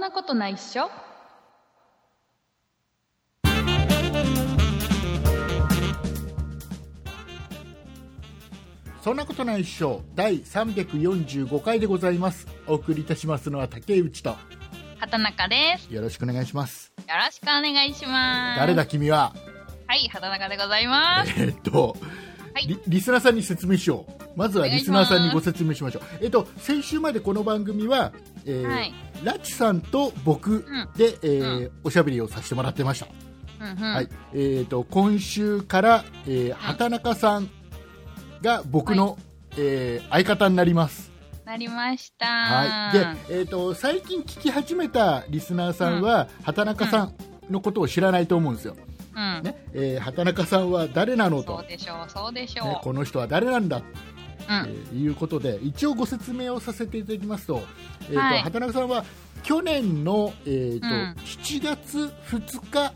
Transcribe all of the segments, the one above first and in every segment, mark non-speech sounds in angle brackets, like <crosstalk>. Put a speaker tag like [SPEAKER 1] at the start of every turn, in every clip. [SPEAKER 1] なことないっしょ
[SPEAKER 2] そんなことないっしょ第345回でございますお送りいたしますのは竹内と
[SPEAKER 1] 畑中です
[SPEAKER 2] よろしくお願いします
[SPEAKER 1] よろしくお願いします
[SPEAKER 2] 誰だ君は
[SPEAKER 1] はい畑中でございます
[SPEAKER 2] えーっと、
[SPEAKER 1] はい
[SPEAKER 2] リリスナーさんに説明しようまずは
[SPEAKER 1] お願
[SPEAKER 2] リ
[SPEAKER 1] いし
[SPEAKER 2] スナ
[SPEAKER 1] ま
[SPEAKER 2] ー
[SPEAKER 1] す
[SPEAKER 2] さんにご説明しましょうえっと先週までこの番組は、えー
[SPEAKER 1] はい
[SPEAKER 2] ラチさんと僕で、えーおしゃべりをさせてもらってました、
[SPEAKER 1] うんうん
[SPEAKER 2] はいえー、と今週から、えー畑中さんが僕の、えー相方になります、
[SPEAKER 1] なりました
[SPEAKER 2] はいでえー、と最近聞き始めたリスナーさんは、畑中さんのことを知らないと思うんですよ、
[SPEAKER 1] うん
[SPEAKER 2] ねえー畑中さんは誰なの
[SPEAKER 1] そ
[SPEAKER 2] と、
[SPEAKER 1] うでしょうそうでしょう、
[SPEAKER 2] ね、この人は誰なんだ
[SPEAKER 1] うん
[SPEAKER 2] えーいうことで一応ご説明をさせていただきますと,、えーと
[SPEAKER 1] はい
[SPEAKER 2] 畑中さんは去年の、えーと
[SPEAKER 1] うん
[SPEAKER 2] 7月2日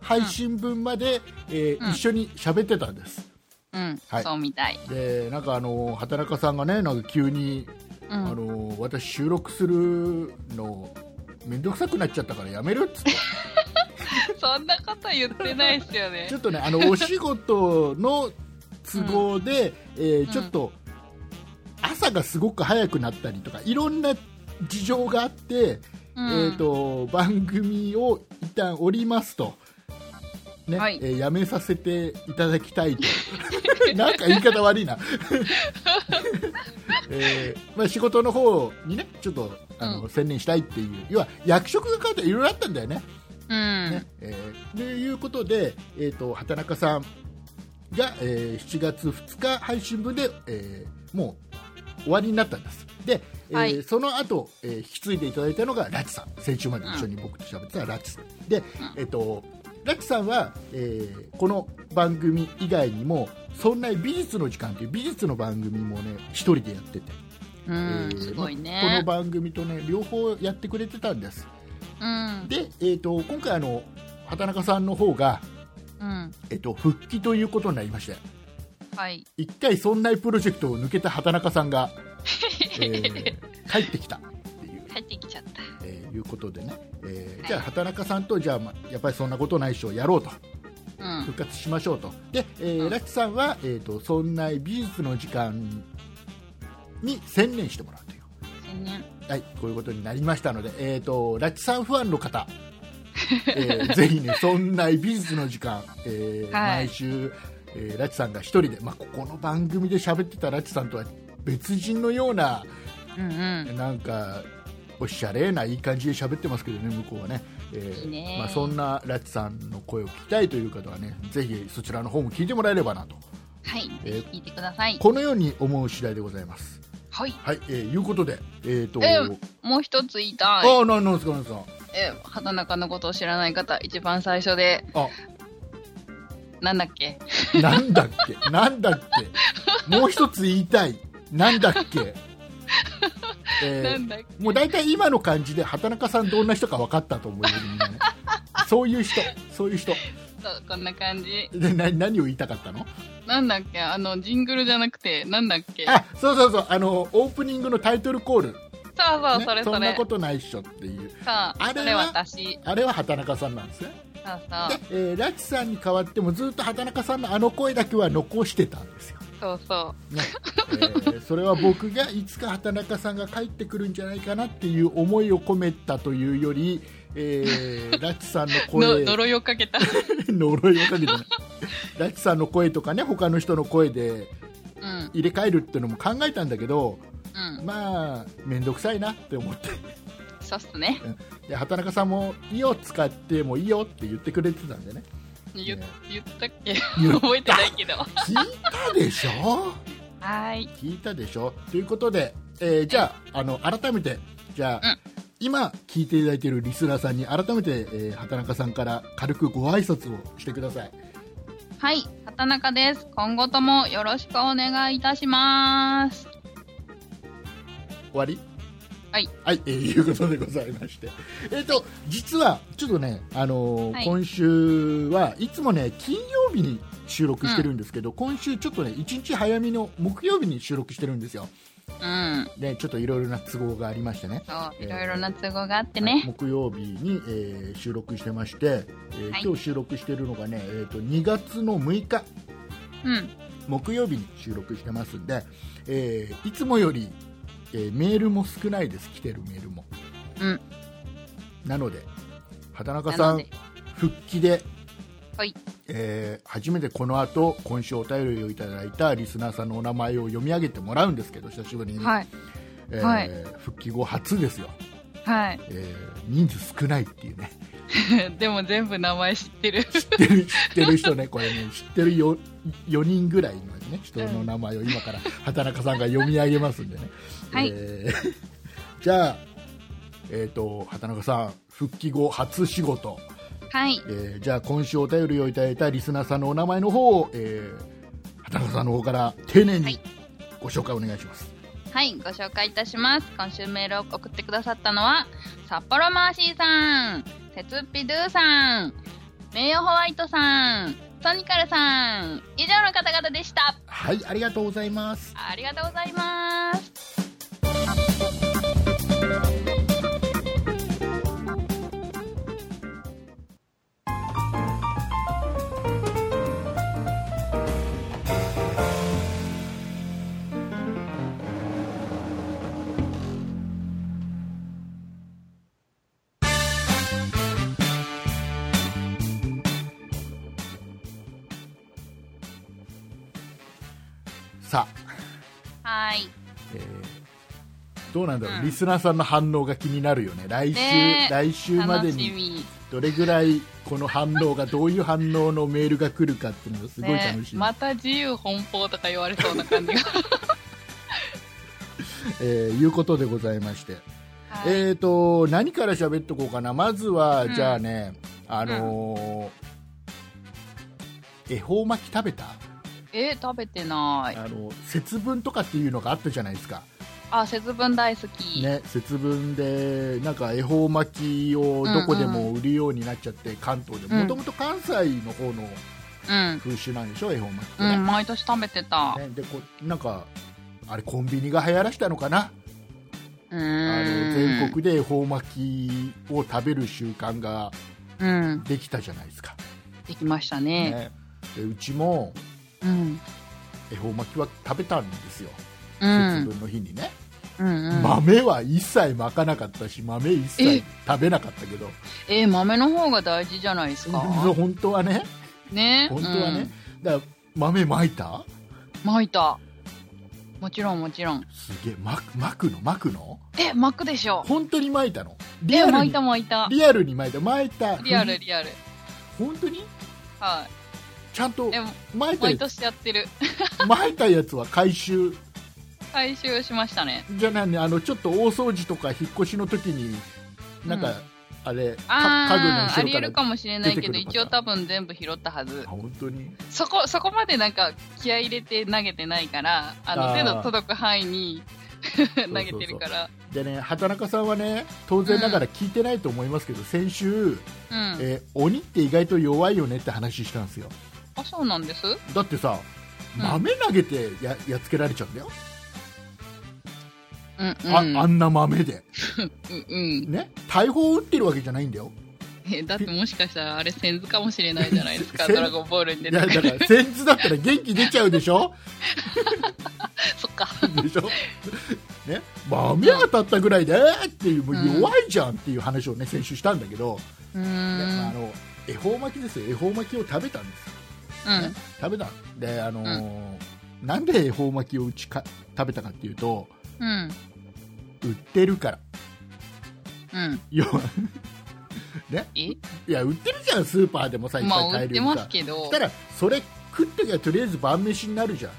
[SPEAKER 2] 配信分まで、えー
[SPEAKER 1] うん
[SPEAKER 2] 一緒に喋ってたんです。
[SPEAKER 1] うん、
[SPEAKER 2] はい
[SPEAKER 1] そうみたい、
[SPEAKER 2] でなんかあの畑中さんがねなんか急に、
[SPEAKER 1] う
[SPEAKER 2] あ
[SPEAKER 1] ん、
[SPEAKER 2] の私収録するの面倒くさくなっちゃったからやめるっつって
[SPEAKER 1] <laughs> そんなこと言ってないですよね
[SPEAKER 2] ちょっとね
[SPEAKER 1] <laughs>
[SPEAKER 2] あのお仕事の都合で、えーちょっと朝がすごく早くなったりとかいろんな事情があって、
[SPEAKER 1] うん
[SPEAKER 2] えー、と番組を一旦降りますと、ね
[SPEAKER 1] はい
[SPEAKER 2] えーやめさせていただきたいと <laughs> なんか言い方悪いな、 <laughs> えーまあ、仕事の方にねちょっとあの、
[SPEAKER 1] う
[SPEAKER 2] 専念したいっていう要は役職が変わっていろいろあったんだよね。
[SPEAKER 1] うん、
[SPEAKER 2] ねえーということで、えー、と畑中さんが、えー7月2日配信分で、えーもう終わりになったんですで、えー
[SPEAKER 1] はい
[SPEAKER 2] その後、えー引き継いでいただいたのがラチさん先週まで一緒に僕と喋ってたラチさん、で、えー、とラチさんは、えーこの番組以外にも「そんな美術の時間」という美術の番組もね一人でやってて、
[SPEAKER 1] う
[SPEAKER 2] え
[SPEAKER 1] ん
[SPEAKER 2] ー
[SPEAKER 1] すごい
[SPEAKER 2] この
[SPEAKER 1] ね、
[SPEAKER 2] 番組とね両方やってくれてたんです
[SPEAKER 1] うん
[SPEAKER 2] で、えー、と今回あの畑中さんの方が、
[SPEAKER 1] うん、
[SPEAKER 2] えっと、復帰ということになりまして
[SPEAKER 1] はい
[SPEAKER 2] 一回そんなプロジェクトを抜けた畑中さんが、えー帰ってきたっていう、
[SPEAKER 1] <laughs> 帰ってきちゃった
[SPEAKER 2] えーいうことでね、えーじゃあ畑中さんとじゃあ、ま、やっぱりそんなことないっしょやろうと
[SPEAKER 1] うん
[SPEAKER 2] 復活しましょうとで、えー
[SPEAKER 1] うん
[SPEAKER 2] ラチさんは、えー、とそんな美術の時間に専念してもらうという。
[SPEAKER 1] 千年
[SPEAKER 2] はい、こういうことになりましたので、えー、とラチさんファンの方、え
[SPEAKER 1] <laughs>
[SPEAKER 2] ーぜひね、そんな美術の時間、えー
[SPEAKER 1] はい
[SPEAKER 2] 毎週、えーラチさんが一人で、まあ、ここの番組で喋ってたラチさんとは別人のような、
[SPEAKER 1] うんうん
[SPEAKER 2] なんか、おしゃれないい感じで喋ってますけどね、向こうはね。えー
[SPEAKER 1] いいね
[SPEAKER 2] まあ、そんなラチさんの声を聞きたいという方はね、ぜひそちらの方も聞いてもらえればなと、
[SPEAKER 1] はい
[SPEAKER 2] え
[SPEAKER 1] ぜ
[SPEAKER 2] ー
[SPEAKER 1] ひ聞いてください
[SPEAKER 2] このように思う次第でございます。
[SPEAKER 1] はい
[SPEAKER 2] はい、えーいうことで、えーと
[SPEAKER 1] えーもう一つ言いたい
[SPEAKER 2] ああ、なんなんですか、なんですか。
[SPEAKER 1] えー畑中のことを知らない方一番最初で
[SPEAKER 2] あ
[SPEAKER 1] なんだっけ
[SPEAKER 2] なんだっけなんだっけもう一つ言いたいなんだっけ、
[SPEAKER 1] な
[SPEAKER 2] え
[SPEAKER 1] んだっけ
[SPEAKER 2] ー、もう大体今の感じで畑中さんどんな人か分かったと思うよみんなねそういう人そういう人
[SPEAKER 1] そうこんな感じ
[SPEAKER 2] でな何を言いたかったの
[SPEAKER 1] なんだっけあのジングルじゃなくてなんだっけそう
[SPEAKER 2] あそうそうそうあのオープニングのタイトルコール、
[SPEAKER 1] そう、
[SPEAKER 2] ね
[SPEAKER 1] それ
[SPEAKER 2] そ
[SPEAKER 1] そ
[SPEAKER 2] んな
[SPEAKER 1] れ
[SPEAKER 2] ことないっしょっていう
[SPEAKER 1] さあ
[SPEAKER 2] あれは
[SPEAKER 1] それ私
[SPEAKER 2] あれは畑中さんなんですね
[SPEAKER 1] そうそう
[SPEAKER 2] で、えーラチさんに代わってもずっと畑中さんのあの声だけは残してたんですよ
[SPEAKER 1] そうそ
[SPEAKER 2] ねえーそれは僕がいつか畑中さんが帰ってくるんじゃないかなっていう思いを込めたというより、えー
[SPEAKER 1] <laughs>
[SPEAKER 2] ラチさんの
[SPEAKER 1] うの
[SPEAKER 2] 声
[SPEAKER 1] 呪いをかけた
[SPEAKER 2] <laughs> 呪いをかけて
[SPEAKER 1] <laughs>
[SPEAKER 2] ないラチさんの声とかね他の人の声で
[SPEAKER 1] うん
[SPEAKER 2] 入れ替えるっていうのも考えたんだけど
[SPEAKER 1] うん
[SPEAKER 2] まあ面倒くさいなって思って
[SPEAKER 1] そうっすね
[SPEAKER 2] で畑中さんも「いいよ使ってもいいよ」って言ってくれてたんでね
[SPEAKER 1] 言
[SPEAKER 2] ね
[SPEAKER 1] 言ったっけ
[SPEAKER 2] 言った
[SPEAKER 1] 覚えてないけどは
[SPEAKER 2] 聞いたでしょ
[SPEAKER 1] ーい
[SPEAKER 2] 聞いたでしょということで、えーじゃああの改めてじゃあ、
[SPEAKER 1] うん
[SPEAKER 2] 今聞いていただいているリスナーさんに改めて、えー畑中さんから軽くご挨拶をしてください
[SPEAKER 1] はい畑中です今後ともよろしくお願いいたします
[SPEAKER 2] 終わり
[SPEAKER 1] はい、
[SPEAKER 2] はいえーいうことでございまして、えーと実はちょっとね、あのー
[SPEAKER 1] はい
[SPEAKER 2] 今週はいつもね金曜日に収録してるんですけど、今週ちょっとね1日早めの木曜日に収録してるんですよ
[SPEAKER 1] うん。
[SPEAKER 2] ね、ちょっといろいろな都合がありましてね
[SPEAKER 1] そう、
[SPEAKER 2] えー
[SPEAKER 1] いろいろな都合があって
[SPEAKER 2] はい
[SPEAKER 1] ね。
[SPEAKER 2] 木曜日に、えー収録してまして、えー
[SPEAKER 1] はい
[SPEAKER 2] 今日収録してるのがね、えー、と2月の6日
[SPEAKER 1] うん。
[SPEAKER 2] 木曜日に収録してますんで、えーいつもより、えーメールも少ないです来てるメールも、
[SPEAKER 1] うん
[SPEAKER 2] なので畑中
[SPEAKER 1] な
[SPEAKER 2] さ
[SPEAKER 1] の
[SPEAKER 2] ん
[SPEAKER 1] で、
[SPEAKER 2] 復帰で、
[SPEAKER 1] はい
[SPEAKER 2] えー初めてこの後今週お便りをいただいたリスナーさんのお名前を読み上げてもらうんですけど久しぶりに、
[SPEAKER 1] はい。
[SPEAKER 2] えー
[SPEAKER 1] はい
[SPEAKER 2] 復帰後初ですよ、
[SPEAKER 1] はい。
[SPEAKER 2] えー人数少ないっていうね
[SPEAKER 1] <laughs> でも全部名前知ってる。
[SPEAKER 2] 知ってる知ってる人ね、これね、知ってるよ4人ぐらいの、ね、人の名前を今から畑中さんが読み上げますんでね。
[SPEAKER 1] はい
[SPEAKER 2] えー <laughs> じゃあ、えー、と畑中さん、復帰後初仕事、
[SPEAKER 1] はい。
[SPEAKER 2] えーじゃあ今週お便りをいただいたリスナーさんのお名前の方を、えー畑中さんの方から丁寧
[SPEAKER 1] は
[SPEAKER 2] に
[SPEAKER 1] い
[SPEAKER 2] ご紹介お願いします。
[SPEAKER 1] はい、ご紹介いたします。今週メールを送ってくださったのは、札幌マーシーさん、鉄つっぴドゥさん、名誉ホワイトさん、ソニカルさん、以上の方々でした。
[SPEAKER 2] はい、ありがとうございます。
[SPEAKER 1] ありがとうございます。
[SPEAKER 2] さあ
[SPEAKER 1] はい。
[SPEAKER 2] えーどうなんだろう、
[SPEAKER 1] うん
[SPEAKER 2] リスナーさんの反応が気になるよね、来週,、
[SPEAKER 1] ねえ
[SPEAKER 2] 来週ま
[SPEAKER 1] 楽
[SPEAKER 2] で
[SPEAKER 1] し
[SPEAKER 2] に
[SPEAKER 1] み。
[SPEAKER 2] どれぐらいこの反応が、どういう反応のメールが来るかっていうのがすごい楽
[SPEAKER 1] ね
[SPEAKER 2] し、い、
[SPEAKER 1] また自由奔放とか言われそうな感じが。 <laughs>
[SPEAKER 2] えーいうことでございまして、
[SPEAKER 1] はい
[SPEAKER 2] えー、と何から喋っとこうかな、まずは、
[SPEAKER 1] うん
[SPEAKER 2] じゃあね、あのー恵方巻き食べた
[SPEAKER 1] え、食べてない。
[SPEAKER 2] あの節分とかっていうのがあったじゃないですか、
[SPEAKER 1] あ、節分大好き。
[SPEAKER 2] ね、節分でなんか恵方巻きをどこでも売るようになっちゃって、関東で
[SPEAKER 1] うん
[SPEAKER 2] もともと関西の方の
[SPEAKER 1] うん。
[SPEAKER 2] 風習なんでしょ恵方巻きって
[SPEAKER 1] う
[SPEAKER 2] ね,
[SPEAKER 1] ん、毎年食べてた。
[SPEAKER 2] ね、でこうなんかあれコンビニが流行らしたのかな、
[SPEAKER 1] う
[SPEAKER 2] あの
[SPEAKER 1] ん。
[SPEAKER 2] 全国で恵方巻きを食べる習慣が
[SPEAKER 1] うん。
[SPEAKER 2] できたじゃないですか、
[SPEAKER 1] できましたね。
[SPEAKER 2] ね、でうちも
[SPEAKER 1] うん。
[SPEAKER 2] 恵方巻きは食べたんですよ、
[SPEAKER 1] う
[SPEAKER 2] 節
[SPEAKER 1] ん。
[SPEAKER 2] 分の日にね、
[SPEAKER 1] うんうん、
[SPEAKER 2] 豆は一切巻かなかったし豆一切
[SPEAKER 1] え
[SPEAKER 2] 食べなかったけど
[SPEAKER 1] えー豆の方が大事じゃないですか。
[SPEAKER 2] 本当はね
[SPEAKER 1] ね。
[SPEAKER 2] 本当はね、だから豆まいた
[SPEAKER 1] うん。巻いた。もちろんもちろん。
[SPEAKER 2] すげえま巻くの巻くの
[SPEAKER 1] え、巻くでしょ。
[SPEAKER 2] 本当に巻いたのリ
[SPEAKER 1] え、
[SPEAKER 2] アル
[SPEAKER 1] 巻い
[SPEAKER 2] に
[SPEAKER 1] た巻いた。
[SPEAKER 2] リアルに巻いた巻いた
[SPEAKER 1] リアルリアル。
[SPEAKER 2] 本当に
[SPEAKER 1] は
[SPEAKER 2] ちゃんと
[SPEAKER 1] い。え、
[SPEAKER 2] <laughs> 巻いた
[SPEAKER 1] 毎
[SPEAKER 2] やつ
[SPEAKER 1] 年やってる。
[SPEAKER 2] 巻いたやつは回収
[SPEAKER 1] 回収しましたね。
[SPEAKER 2] じゃないねあのちょっと大掃除とか引っ越しの時になんか、
[SPEAKER 1] うん
[SPEAKER 2] あれか
[SPEAKER 1] ああ、あ
[SPEAKER 2] 家具の
[SPEAKER 1] り
[SPEAKER 2] 後
[SPEAKER 1] え
[SPEAKER 2] ろ
[SPEAKER 1] る
[SPEAKER 2] か
[SPEAKER 1] からもしれないけど、
[SPEAKER 2] 出てくるパ
[SPEAKER 1] 一
[SPEAKER 2] ターン
[SPEAKER 1] 応多分全部拾ったはず
[SPEAKER 2] あ。本当に
[SPEAKER 1] そこ、そこまでなんか気合い入れて投げてないから、あ
[SPEAKER 2] あ
[SPEAKER 1] の、
[SPEAKER 2] ー
[SPEAKER 1] 手の届く範囲に <laughs> 投げてるから。
[SPEAKER 2] でね畑中さんはね当然ながら聞いてないと思いますけど、先週、
[SPEAKER 1] うん。
[SPEAKER 2] えー鬼って意外と弱いよねって話したんですよ
[SPEAKER 1] あ、そうなんです
[SPEAKER 2] だってさ
[SPEAKER 1] うん
[SPEAKER 2] 豆投げてややっつけられちゃうんだよ、
[SPEAKER 1] うんうん。
[SPEAKER 2] ああんな豆で、
[SPEAKER 1] うんうん。
[SPEAKER 2] ね、大砲を撃ってるわけじゃないんだよ
[SPEAKER 1] えだってもしかしたらあれ先図かもしれないじゃないです
[SPEAKER 2] <laughs>
[SPEAKER 1] か
[SPEAKER 2] 先
[SPEAKER 1] ドラゴンボールに出
[SPEAKER 2] い
[SPEAKER 1] て
[SPEAKER 2] や
[SPEAKER 1] く
[SPEAKER 2] だ
[SPEAKER 1] る
[SPEAKER 2] から先頭だったら元気出ちゃうでしょ
[SPEAKER 1] <laughs> そっか
[SPEAKER 2] でしょ、 <laughs> ね、豆当たったぐらいでっていうもう弱いじゃんっていう話をね先週したんだけど、
[SPEAKER 1] うー
[SPEAKER 2] であ
[SPEAKER 1] ん
[SPEAKER 2] の恵方巻きですよ恵方巻きを食べたんですよ
[SPEAKER 1] うん
[SPEAKER 2] 食べたんであのーなんで恵方巻きをうちか食べたかっていうと
[SPEAKER 1] うん
[SPEAKER 2] 売ってるから
[SPEAKER 1] うん
[SPEAKER 2] 要は <laughs>
[SPEAKER 1] え
[SPEAKER 2] いや売ってるじゃんスーパーでもさいっ
[SPEAKER 1] ま
[SPEAKER 2] ぱい
[SPEAKER 1] あ売
[SPEAKER 2] 買え
[SPEAKER 1] っ
[SPEAKER 2] る
[SPEAKER 1] て
[SPEAKER 2] か
[SPEAKER 1] ますけど
[SPEAKER 2] したらそれ食ってきゃとりあえず晩飯になるじゃ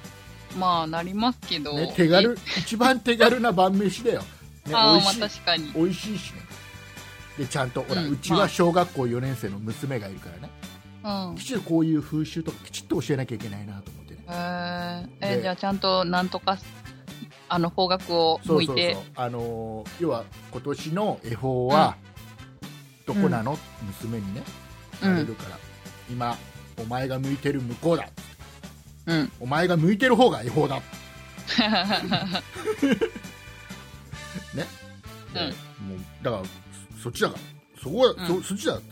[SPEAKER 1] まあなりますけど、
[SPEAKER 2] ん、ね、手軽一番手軽な晩飯だよ、ね、
[SPEAKER 1] え
[SPEAKER 2] 美
[SPEAKER 1] ああ
[SPEAKER 2] 味
[SPEAKER 1] まあ
[SPEAKER 2] しい
[SPEAKER 1] 確かに
[SPEAKER 2] 美味しいしねでちゃんとほら、
[SPEAKER 1] う
[SPEAKER 2] うんちは小学校4年生の娘がいるからね、
[SPEAKER 1] うん
[SPEAKER 2] きちんとこういう風習とかきちっと教えなきゃいけないなと思ってね
[SPEAKER 1] へーえ
[SPEAKER 2] で
[SPEAKER 1] じゃあちゃんとなんとかあの方角を
[SPEAKER 2] そ
[SPEAKER 1] 向
[SPEAKER 2] う
[SPEAKER 1] い
[SPEAKER 2] そう
[SPEAKER 1] て
[SPEAKER 2] そうあのー要は今年の恵方はどこなの、娘にね
[SPEAKER 1] う
[SPEAKER 2] 言われる
[SPEAKER 1] ん
[SPEAKER 2] から、今お前が向いてる向こうだ
[SPEAKER 1] うん
[SPEAKER 2] <laughs> お前が向いてる方が恵方だね、
[SPEAKER 1] うん
[SPEAKER 2] えーもうだからそそっちだからそこは、
[SPEAKER 1] う
[SPEAKER 2] そそっちだっつって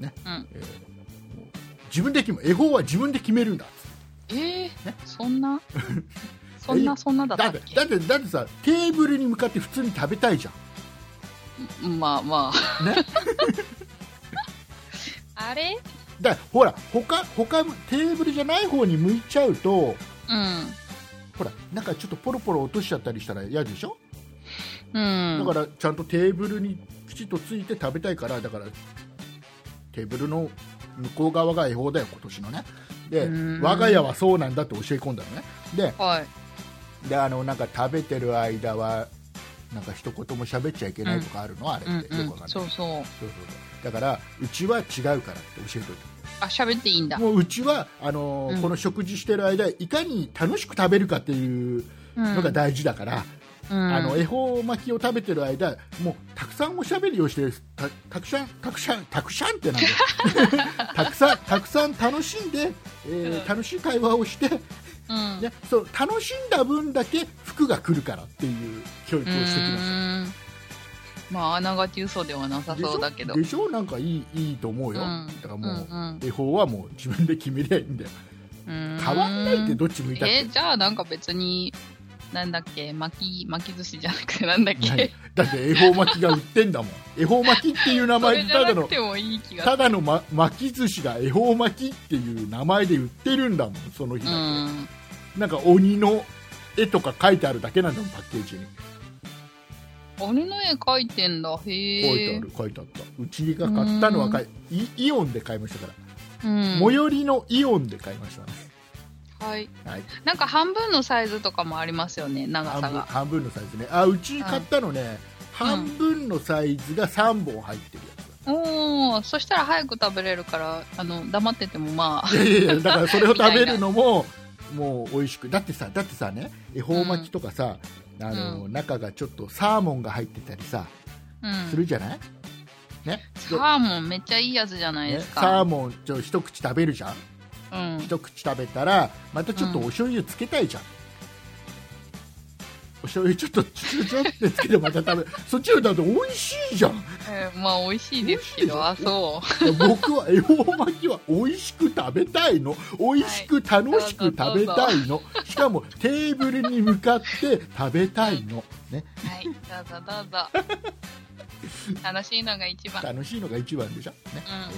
[SPEAKER 2] ね、
[SPEAKER 1] うん
[SPEAKER 2] えーもう自分で決め絵本は自分で決めるんだっつって
[SPEAKER 1] えーそん
[SPEAKER 2] <laughs>
[SPEAKER 1] なそんなそんなだっ
[SPEAKER 2] だ
[SPEAKER 1] た
[SPEAKER 2] っ
[SPEAKER 1] ってけ
[SPEAKER 2] だってだってさテーブルに向かって普通に食べたいじゃん
[SPEAKER 1] まあまあ、
[SPEAKER 2] ね
[SPEAKER 1] <laughs> あれ
[SPEAKER 2] だからほら他他テーブルじゃない方に向いちゃうと
[SPEAKER 1] う
[SPEAKER 2] ほらなんかちょっとポロポロ落としちゃったりしたら嫌でしょ、
[SPEAKER 1] んうん
[SPEAKER 2] だからちゃんとテーブルにきちっとついて食べたいからだからテーブルの向こう側が恵方だよ今年のねで
[SPEAKER 1] うん
[SPEAKER 2] 我が家はそうなんだって教え込んだのねで
[SPEAKER 1] はい
[SPEAKER 2] であのなんか食べてる間はなんか一言も喋っちゃいけないとかあるの、あれ
[SPEAKER 1] うん
[SPEAKER 2] ってよくわか
[SPEAKER 1] う
[SPEAKER 2] んなんい、
[SPEAKER 1] そうそう
[SPEAKER 2] そうそうそうだからうちは違うからって教えとい
[SPEAKER 1] あ喋っていいんだ
[SPEAKER 2] てもううちはあのー
[SPEAKER 1] うん
[SPEAKER 2] この食事してる間いかに楽しく食べるかっていうのが大事だから、
[SPEAKER 1] うん
[SPEAKER 2] あの恵方巻きを食べてる間もうたくさんおしゃべりをしてたたくさんたくさんたくさんってな
[SPEAKER 1] <laughs>
[SPEAKER 2] んだよたくさんたくさん楽しんで、えー
[SPEAKER 1] うん
[SPEAKER 2] 楽しい会話をして、
[SPEAKER 1] うん
[SPEAKER 2] ね、そう楽しんだ分だけ服が来るからっていう教育をしてきました。
[SPEAKER 1] うーんまああながち嘘ではなさ
[SPEAKER 2] でしょ
[SPEAKER 1] そうだけど
[SPEAKER 2] でしょなんかいいいいと思うよ、
[SPEAKER 1] うん
[SPEAKER 2] だからもう、
[SPEAKER 1] うん
[SPEAKER 2] 恵方はもう自分で決めりゃいいんだよ
[SPEAKER 1] うん、
[SPEAKER 2] 変わんないって
[SPEAKER 1] ど
[SPEAKER 2] どっち向いたっ
[SPEAKER 1] え
[SPEAKER 2] て、
[SPEAKER 1] じゃあなんか別になんだっけ巻き巻き寿司じゃなくてなんだっ
[SPEAKER 2] 何
[SPEAKER 1] け
[SPEAKER 2] だって恵方巻きが売ってんだ
[SPEAKER 1] <laughs>
[SPEAKER 2] もん恵方巻きっていう名
[SPEAKER 1] そ
[SPEAKER 2] 前
[SPEAKER 1] れ
[SPEAKER 2] で
[SPEAKER 1] じ
[SPEAKER 2] た
[SPEAKER 1] ゃ
[SPEAKER 2] だ
[SPEAKER 1] なく
[SPEAKER 2] の
[SPEAKER 1] てもいい気が
[SPEAKER 2] ただの、ま、巻き寿司が恵方巻きっていう名前で売ってるんだもんその日
[SPEAKER 1] う
[SPEAKER 2] だけ、
[SPEAKER 1] ん
[SPEAKER 2] なんか鬼の絵とか書いてあるだけなんだもんパッケージに
[SPEAKER 1] 俺の絵描いてんだ
[SPEAKER 2] 書い
[SPEAKER 1] へ
[SPEAKER 2] てあ
[SPEAKER 1] え
[SPEAKER 2] る書いてあったうちが買ったのは買いイイオンで買いましたから、
[SPEAKER 1] うん
[SPEAKER 2] 最寄りのイオンで買いましたね、
[SPEAKER 1] はい
[SPEAKER 2] はい、
[SPEAKER 1] なんか半分のサイズとかもありますよね長
[SPEAKER 2] 半
[SPEAKER 1] さ
[SPEAKER 2] 分
[SPEAKER 1] が
[SPEAKER 2] 半分のサイズねあうち買ったのね、半分のサイズが3本入ってるやつ
[SPEAKER 1] おおそしたら早く食べれるからあの黙ってても <laughs> まあ
[SPEAKER 2] いやいやいやだからそれを食べるのももう美味しくだってさだってさね恵方巻きとかさ、あの
[SPEAKER 1] う
[SPEAKER 2] 中がちょっとサーモンが入ってたりさ、
[SPEAKER 1] うん
[SPEAKER 2] するじゃないね
[SPEAKER 1] サ
[SPEAKER 2] で
[SPEAKER 1] ーモンめっちゃいいやつじゃないで
[SPEAKER 2] ね
[SPEAKER 1] す
[SPEAKER 2] サー
[SPEAKER 1] か。
[SPEAKER 2] モンちょ一口食べるじゃん
[SPEAKER 1] うん。
[SPEAKER 2] 一口食べたらまたちょっとお醤油つけたいじゃん、お醤油ちょっとちょちょってつけてまた食べるそっちのだって美味しいじゃん
[SPEAKER 1] えーまあ美味しいですけ
[SPEAKER 2] <laughs>
[SPEAKER 1] ど、あ、そ
[SPEAKER 2] いや僕は恵方巻きは美味しく食べたいの美味しく楽しく食べたいのしかもテーブルに向かって食べたいの、ね、
[SPEAKER 1] う。 <laughs> はい、どうぞどうぞ。楽しいのが一番。
[SPEAKER 2] 楽しいのが一番でしょ、ね
[SPEAKER 1] うん
[SPEAKER 2] えー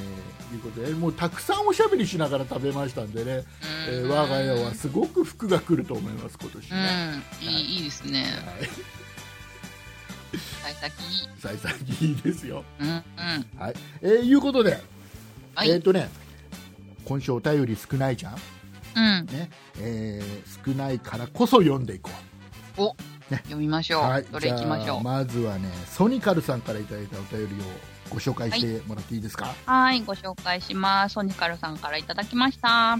[SPEAKER 2] ということでもうたくさんおしゃべりしながら食べましたんでね、えー
[SPEAKER 1] うん
[SPEAKER 2] 我が家はすごく福が来ると思います今年
[SPEAKER 1] う
[SPEAKER 2] ね、はい
[SPEAKER 1] ん、いい、いいですね。幸先いい。
[SPEAKER 2] 幸先いいですよ
[SPEAKER 1] うん、うん。
[SPEAKER 2] はい、えーいうことで、
[SPEAKER 1] は
[SPEAKER 2] えっ、
[SPEAKER 1] い。
[SPEAKER 2] とね今週お便り少ないじゃん、
[SPEAKER 1] うん。
[SPEAKER 2] ねえー少ないからこそ読んでいこう
[SPEAKER 1] お、読みましょ。、
[SPEAKER 2] はいう
[SPEAKER 1] どれ行きまし
[SPEAKER 2] じゃ
[SPEAKER 1] ょ
[SPEAKER 2] あ
[SPEAKER 1] う。
[SPEAKER 2] まずはねソニカルさんからいただいたお便りをご紹介してもらっていいですか、
[SPEAKER 1] はい、ご紹介します。ソニカルさんからいただきました。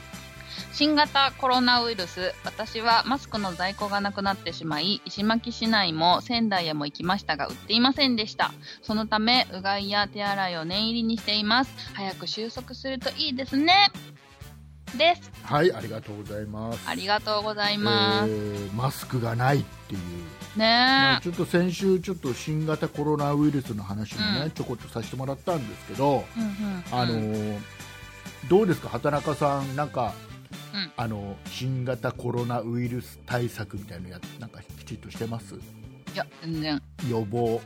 [SPEAKER 1] 新型コロナウイルス、私はマスクの在庫がなくなってしまい、石巻市内も仙台へも行きましたが、売っていませんでした。そのため、うがいや手洗いを念入りにしています。早く収束するといいですね。です。
[SPEAKER 2] はい、ありがとうございます
[SPEAKER 1] ありがとうございます。
[SPEAKER 2] えーマスクがないっていう、まあ
[SPEAKER 1] ね
[SPEAKER 2] ちょっと先週ちょっと新型コロナウイルスの話もね、
[SPEAKER 1] うん
[SPEAKER 2] ちょこっとさせてもらったんですけど、
[SPEAKER 1] え。うんうん
[SPEAKER 2] あの
[SPEAKER 1] うん
[SPEAKER 2] ーどうですか畑中さんなんか、
[SPEAKER 1] うん
[SPEAKER 2] あの新型コロナウイルス対策みたいなのやなんかきちっとしてます
[SPEAKER 1] いや、全然、
[SPEAKER 2] 予防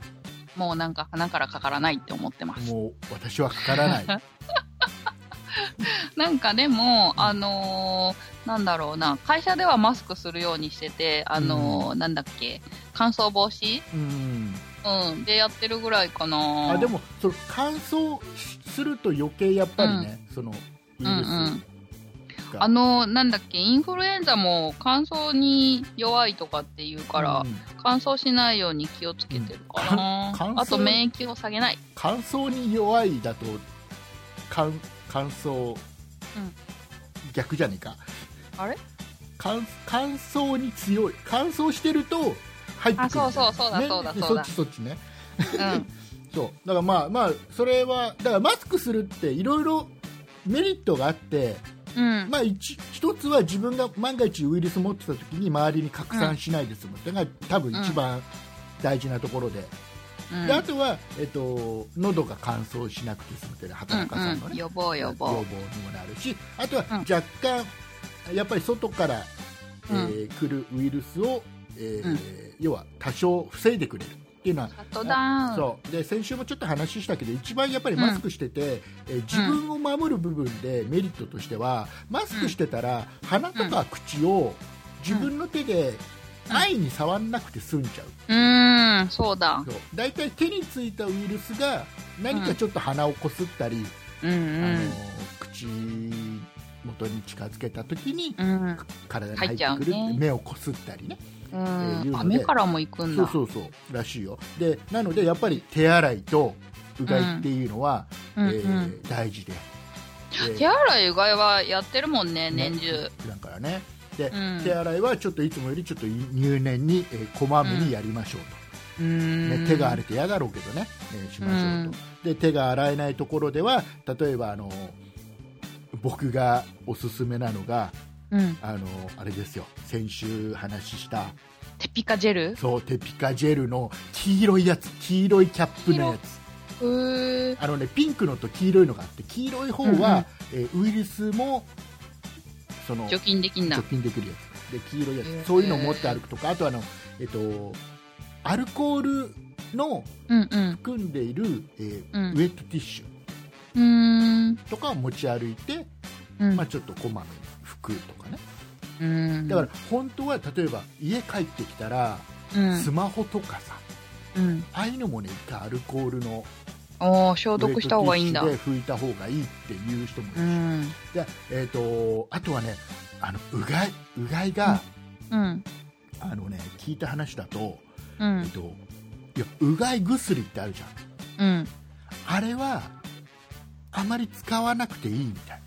[SPEAKER 1] もうなんか鼻からかからないって思ってます。
[SPEAKER 2] もう私はかか
[SPEAKER 1] <laughs>
[SPEAKER 2] らない
[SPEAKER 1] なんかでも、あのーなんだろうな、会社ではマスクするようにしてて、あのーなんだっけ、乾燥防止
[SPEAKER 2] うん
[SPEAKER 1] うん、でやってるぐらいかな。
[SPEAKER 2] あで、もその乾燥しすると余計やっぱりね、そのウイル
[SPEAKER 1] うん
[SPEAKER 2] ス
[SPEAKER 1] うん
[SPEAKER 2] が、
[SPEAKER 1] あのーなんだっけ、インフルエンザも乾燥に弱いとかっていうから、
[SPEAKER 2] うん
[SPEAKER 1] 乾燥しないように気をつけてるか
[SPEAKER 2] うん
[SPEAKER 1] な。
[SPEAKER 2] 乾乾燥
[SPEAKER 1] あと免疫を下げない。
[SPEAKER 2] 乾燥に弱いだと乾乾燥、逆じゃねえか
[SPEAKER 1] あれ
[SPEAKER 2] 乾乾燥に強い乾燥してると入ってくる
[SPEAKER 1] あそうそうそうだそうだ
[SPEAKER 2] ね
[SPEAKER 1] そうだ
[SPEAKER 2] っちそっちね
[SPEAKER 1] うん。
[SPEAKER 2] そうだからまあまあそれはだからマスクするっていろいろメリットがあって
[SPEAKER 1] うん。
[SPEAKER 2] まあ、一一つは自分が万が一ウイルス持ってた時に周りに拡散しないですもん、だから多分一番大事なところで,、
[SPEAKER 1] うん
[SPEAKER 2] であとは、えっと、喉が乾燥しなくて済むというのは畑中さんのね、
[SPEAKER 1] うんうん予防予防。
[SPEAKER 2] にもなるしあとは
[SPEAKER 1] うん
[SPEAKER 2] 若干、やっぱり外から、えー来るウイルスを、えー
[SPEAKER 1] うん
[SPEAKER 2] 要は多少防いでくれるっていうのは
[SPEAKER 1] シャットダウン。
[SPEAKER 2] そうで先週もちょっと話したけど一番やっぱりマスクしてて、えー自分を守る部分でメリットとしてはマスクしてたら鼻とか口を自分の手で愛に触んなくて済んじゃう
[SPEAKER 1] うーん、そうだ。
[SPEAKER 2] そう大体手についたウイルスが何かちょっと鼻をこすったり、
[SPEAKER 1] うん
[SPEAKER 2] あの口元に近づけた時に
[SPEAKER 1] うん。うん
[SPEAKER 2] 体に入
[SPEAKER 1] 入
[SPEAKER 2] ってくる、
[SPEAKER 1] っちゃうね
[SPEAKER 2] 目をこすったりね
[SPEAKER 1] う。
[SPEAKER 2] えー言うんので
[SPEAKER 1] あ目からも行くん
[SPEAKER 2] そ
[SPEAKER 1] だ。
[SPEAKER 2] うそうそうらしいよでなのでやっぱり手洗いとうがいっていうのは、
[SPEAKER 1] うん
[SPEAKER 2] えー
[SPEAKER 1] うん
[SPEAKER 2] 大事でで
[SPEAKER 1] 手洗いうがいはやってるもんね、
[SPEAKER 2] ね
[SPEAKER 1] 年中。
[SPEAKER 2] だからねで、
[SPEAKER 1] うん
[SPEAKER 2] 手洗いはちょっといつもよりちょっと入念に、えーこまめにやりましょう
[SPEAKER 1] う
[SPEAKER 2] と、
[SPEAKER 1] ん
[SPEAKER 2] ね、手が荒れて嫌だろうけどね、えーしましょうと、で手が洗えないところでは例えばあの僕がおすすめなのが
[SPEAKER 1] うん。
[SPEAKER 2] あのあれですよ先週話した
[SPEAKER 1] テピカジェル
[SPEAKER 2] そうテピカジェルの黄色いやつ黄色いキャップのやつ
[SPEAKER 1] うー。
[SPEAKER 2] あのねピンクのと黄色いのがあって黄色い方は、えーウイルスもその
[SPEAKER 1] 除菌できんだ
[SPEAKER 2] 除。菌できるやつで黄色いやつ、
[SPEAKER 1] へー
[SPEAKER 2] そういうのを持って歩くとかあとあの、えっと、アルコールの
[SPEAKER 1] うんうん。
[SPEAKER 2] 含んでいる、えー
[SPEAKER 1] うん
[SPEAKER 2] ウェットティッシ
[SPEAKER 1] うーん。
[SPEAKER 2] ュとかを持ち歩いて、
[SPEAKER 1] うん
[SPEAKER 2] まあ、ちょっとこまめに拭くとかね
[SPEAKER 1] うん
[SPEAKER 2] だから本当は例えば家帰ってきたら、
[SPEAKER 1] うん
[SPEAKER 2] スマホとかさ
[SPEAKER 1] うん。
[SPEAKER 2] ああいうのもね一回アルコールの
[SPEAKER 1] おー、消毒した方がいいんだ。
[SPEAKER 2] ウェ
[SPEAKER 1] う
[SPEAKER 2] ットティッシュで拭いた方がいいっていう人もいるし、
[SPEAKER 1] ん。
[SPEAKER 2] でえー、とあとはねあのうがいうがいが、
[SPEAKER 1] うん。
[SPEAKER 2] あのね聞いた話だと、
[SPEAKER 1] う
[SPEAKER 2] えっ
[SPEAKER 1] ん。
[SPEAKER 2] といやうがい薬ってあるじゃん
[SPEAKER 1] うん。
[SPEAKER 2] あれはあまり使わなくていいみたい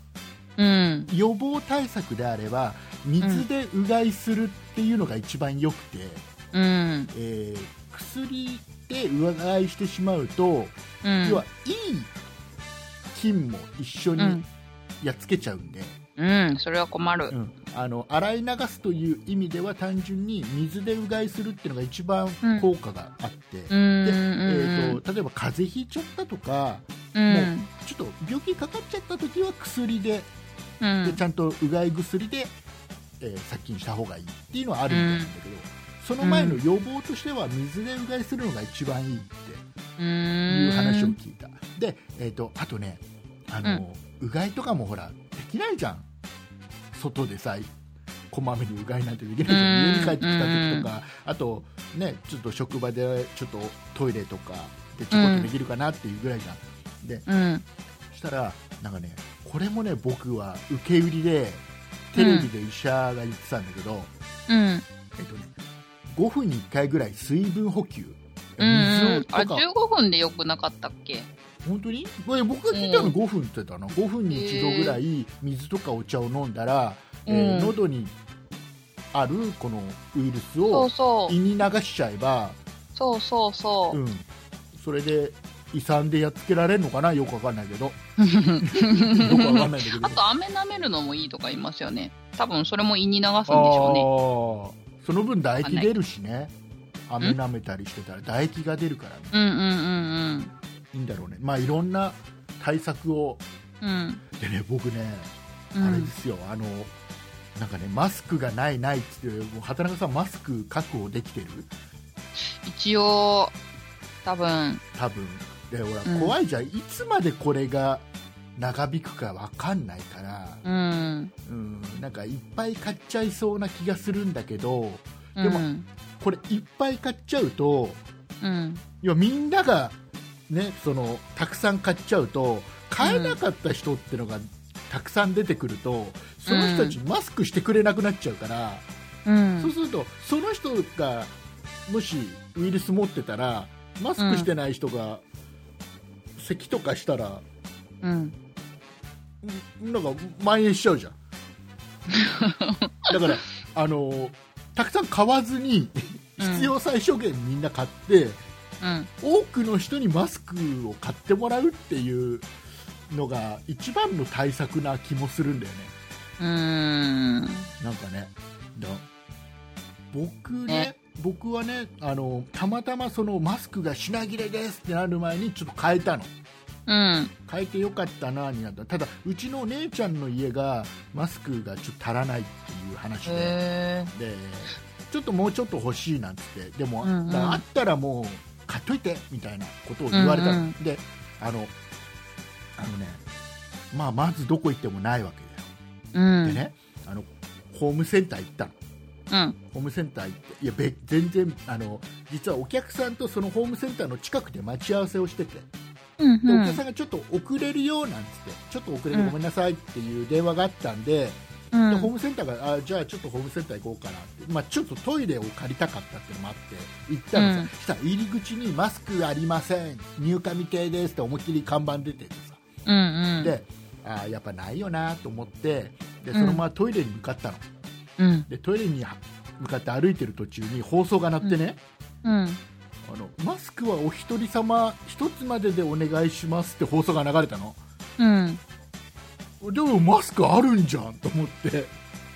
[SPEAKER 1] うん。
[SPEAKER 2] 予防対策であれば水でうがいするっていうのが一番よくて、
[SPEAKER 1] うん。
[SPEAKER 2] えー薬でうがいしてしまうと、
[SPEAKER 1] うん。
[SPEAKER 2] 要はいい菌も一緒
[SPEAKER 1] う
[SPEAKER 2] に
[SPEAKER 1] ん。
[SPEAKER 2] やっつけちゃうんで、
[SPEAKER 1] うん。それは困る。
[SPEAKER 2] あの洗い流すという意味では単純に水でうがいするっていうのが一番
[SPEAKER 1] うん
[SPEAKER 2] 効果があって、
[SPEAKER 1] うーん。
[SPEAKER 2] で
[SPEAKER 1] うん
[SPEAKER 2] えー、と例えば風邪ひいちゃったとか
[SPEAKER 1] うん。
[SPEAKER 2] ちょっと病気かかっちゃった時は薬で,、
[SPEAKER 1] うん。
[SPEAKER 2] でちゃんとうがい薬で、えー殺菌した方がいいっていうのはあるみたいなんだけど、その前の予防としては水でうがいするのが一番いい
[SPEAKER 1] う
[SPEAKER 2] って
[SPEAKER 1] ーん
[SPEAKER 2] いう話を聞いた、で、えー、とあとねあの、うがいとかもほらできないじゃん外でさこまめにうがいなんてできないじゃん、
[SPEAKER 1] うん
[SPEAKER 2] 家に帰ってきた時とか、あとねちょっと職場でちょっとトイレとかでちょこっとできるかなっていうぐらいじゃん、で
[SPEAKER 1] うん。
[SPEAKER 2] したらなんかねこれもね僕は受け売りでテレビで医者が言ってたんだけど、
[SPEAKER 1] うん。
[SPEAKER 2] えっとね5分に1回ぐらい水分補給
[SPEAKER 1] う
[SPEAKER 2] 水
[SPEAKER 1] んう
[SPEAKER 2] を
[SPEAKER 1] ん
[SPEAKER 2] と
[SPEAKER 1] あれ
[SPEAKER 2] か、
[SPEAKER 1] 15分でよくなかったっけ
[SPEAKER 2] 本当にいや僕が聞いたの5分って言ってたな、5分に一度ぐらい水とかお茶を飲んだら、えー
[SPEAKER 1] うん
[SPEAKER 2] 喉にあるこのウイルス
[SPEAKER 1] そ
[SPEAKER 2] を
[SPEAKER 1] うそ
[SPEAKER 2] 胃に流しちゃえば、
[SPEAKER 1] う。そうそうそうう。
[SPEAKER 2] ん、それで胃酸でやっつけられるのかなよくわかんないけど
[SPEAKER 1] <laughs>
[SPEAKER 2] よくわかんないんだけど
[SPEAKER 1] あと、飴舐めるのもいいとか言いますよね。多分それも胃に流すんでし
[SPEAKER 2] あ
[SPEAKER 1] ょうね。
[SPEAKER 2] ーその分唾液出るしね飴舐めたりしてたら唾液が出るからね
[SPEAKER 1] うんうん
[SPEAKER 2] いいんだろうねまあいろんな対策を
[SPEAKER 1] うんうん。
[SPEAKER 2] でね僕ね
[SPEAKER 1] う
[SPEAKER 2] あれで
[SPEAKER 1] ん。
[SPEAKER 2] すよ、あのなんかね、マスクがないないっつって、もう畑中さん、マスク確保できてる、
[SPEAKER 1] 一応、多分。
[SPEAKER 2] 多分でほら、
[SPEAKER 1] うん
[SPEAKER 2] 怖いじゃん、いつまでこれが長引くかわかんないから、
[SPEAKER 1] うん。
[SPEAKER 2] うん、なんかいっぱい買っちゃいそうな気がするんだけど、でも
[SPEAKER 1] うん。
[SPEAKER 2] これ、いっぱい買っちゃうと、
[SPEAKER 1] うん。
[SPEAKER 2] 要はみんなが、ね、そのたくさん買っちゃうと、買えなかった人ってのがたくさん出てくると、その人たち、マスクしてくれなくなっちゃうから。
[SPEAKER 1] う。
[SPEAKER 2] そうんすると、その人がもしウイルス持ってたら、マスクしてない人が、咳とかしたら、
[SPEAKER 1] うん。
[SPEAKER 2] んなんか蔓延しちゃうじゃん。だから、あのたくさん買わずに、
[SPEAKER 1] うん
[SPEAKER 2] 必要最小限みんな買って、
[SPEAKER 1] うん。
[SPEAKER 2] 多くの人にマスクを買ってもらうっていうのが、一番の対策な気もするんだよね。
[SPEAKER 1] うーん。
[SPEAKER 2] なんかねだ僕ね僕はねあのたまたまそのマスクが品切れですってなる前にちょっと変えたの
[SPEAKER 1] うん。
[SPEAKER 2] 変えてよかったなになったただうちの姉ちゃんの家がマスクがちょっと足らないっていう話で、
[SPEAKER 1] へ
[SPEAKER 2] でちょっともうちょっと欲しいなんつってでも、
[SPEAKER 1] うんうん
[SPEAKER 2] あったらもう買っといてみたいなことを言われたの、
[SPEAKER 1] うんうん
[SPEAKER 2] であのあのね、まあ、まずどこ行ってもないわけ
[SPEAKER 1] え。うん。
[SPEAKER 2] だよ、でねあのホームセンター行ったの
[SPEAKER 1] うん。
[SPEAKER 2] ホームセンター行っていやべ全然あの実はお客さんとそのホームセンターの近くで待ち合わせをしてて
[SPEAKER 1] うん。
[SPEAKER 2] でお
[SPEAKER 1] う
[SPEAKER 2] 客
[SPEAKER 1] ん
[SPEAKER 2] さんがちょっと遅れるよなんつってちょっと遅れてごめんなさいっていう電話があったんで、
[SPEAKER 1] うん
[SPEAKER 2] でホームセンターがあじゃあちょっとホームセンター行こうかなって、まあ、ちょっとトイレを借りたかったっていうのもあって行ったのさ、
[SPEAKER 1] うん
[SPEAKER 2] したら入り口にマスクありません入荷未定ですって思いっきり看板出ててさ、
[SPEAKER 1] うんうん。
[SPEAKER 2] であやっぱないよなと思ってでそのままトイレに向かったの、
[SPEAKER 1] うん。
[SPEAKER 2] でトイレに向かって歩いてる途中に放送が鳴ってね、
[SPEAKER 1] うん。
[SPEAKER 2] あのマスクはお一人様一つまででお願いしますって放送が流れたの
[SPEAKER 1] うん。
[SPEAKER 2] でもマスクあるんじゃんと思って。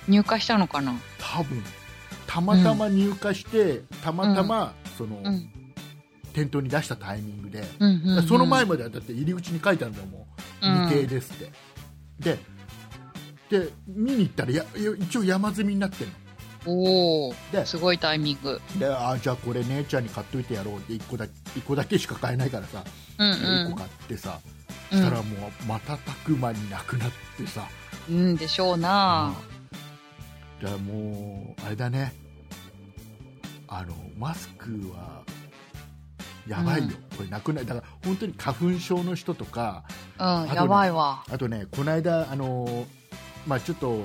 [SPEAKER 1] 入荷したのかな
[SPEAKER 2] 多分たまたま入荷して、たまたまその、
[SPEAKER 1] うん。
[SPEAKER 2] 店頭に出したタイミングで、
[SPEAKER 1] うんうん。うん
[SPEAKER 2] その前まではだって入り口に書いてあるんだもん、
[SPEAKER 1] うん
[SPEAKER 2] 未定ですってでで見に行ったらやいや一応山積みになってる
[SPEAKER 1] おお
[SPEAKER 2] で。
[SPEAKER 1] すごいタイミング。
[SPEAKER 2] のであーじゃあこれ姉ちゃんに買っといてやろうって1個だけ一個だけしか買えないからさ、
[SPEAKER 1] うん
[SPEAKER 2] 1個
[SPEAKER 1] う
[SPEAKER 2] 買ってさ
[SPEAKER 1] ん。
[SPEAKER 2] したらもう瞬く間になくなってさ、
[SPEAKER 1] うん。うんでしょうな。
[SPEAKER 2] うんだからもうあれだねあのマスクはやばいよ、これなくないだから本当に花粉症の人とか
[SPEAKER 1] うん。
[SPEAKER 2] ね
[SPEAKER 1] やばいわ。
[SPEAKER 2] あとねこの間あのまあちょっと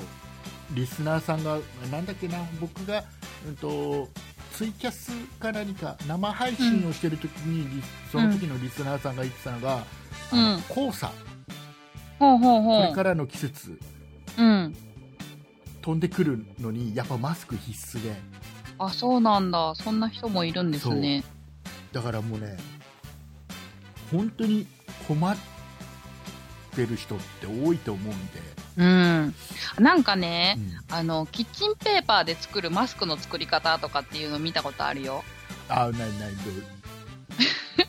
[SPEAKER 2] リスナーさんがなんだっけな僕が、うん、とツイキャスか何か生配信をしてる時に、リその時のリスナーさんが言ってたのが、あ
[SPEAKER 1] う
[SPEAKER 2] の
[SPEAKER 1] ん
[SPEAKER 2] 黄砂
[SPEAKER 1] ほうほう
[SPEAKER 2] こ
[SPEAKER 1] ほ
[SPEAKER 2] れか
[SPEAKER 1] う。
[SPEAKER 2] らの季節
[SPEAKER 1] うん。
[SPEAKER 2] 飛んでくるのにやっぱマスク必須で。
[SPEAKER 1] あ、そうなんだ。そんな人もいるんですね。
[SPEAKER 2] だからもうね本当に困ってる人って多いと思うんで、
[SPEAKER 1] うん。なんかね、
[SPEAKER 2] うん
[SPEAKER 1] あの、キッチンペーパーで作るマスクの作り方とかっていうの見たことあるよ。
[SPEAKER 2] あないない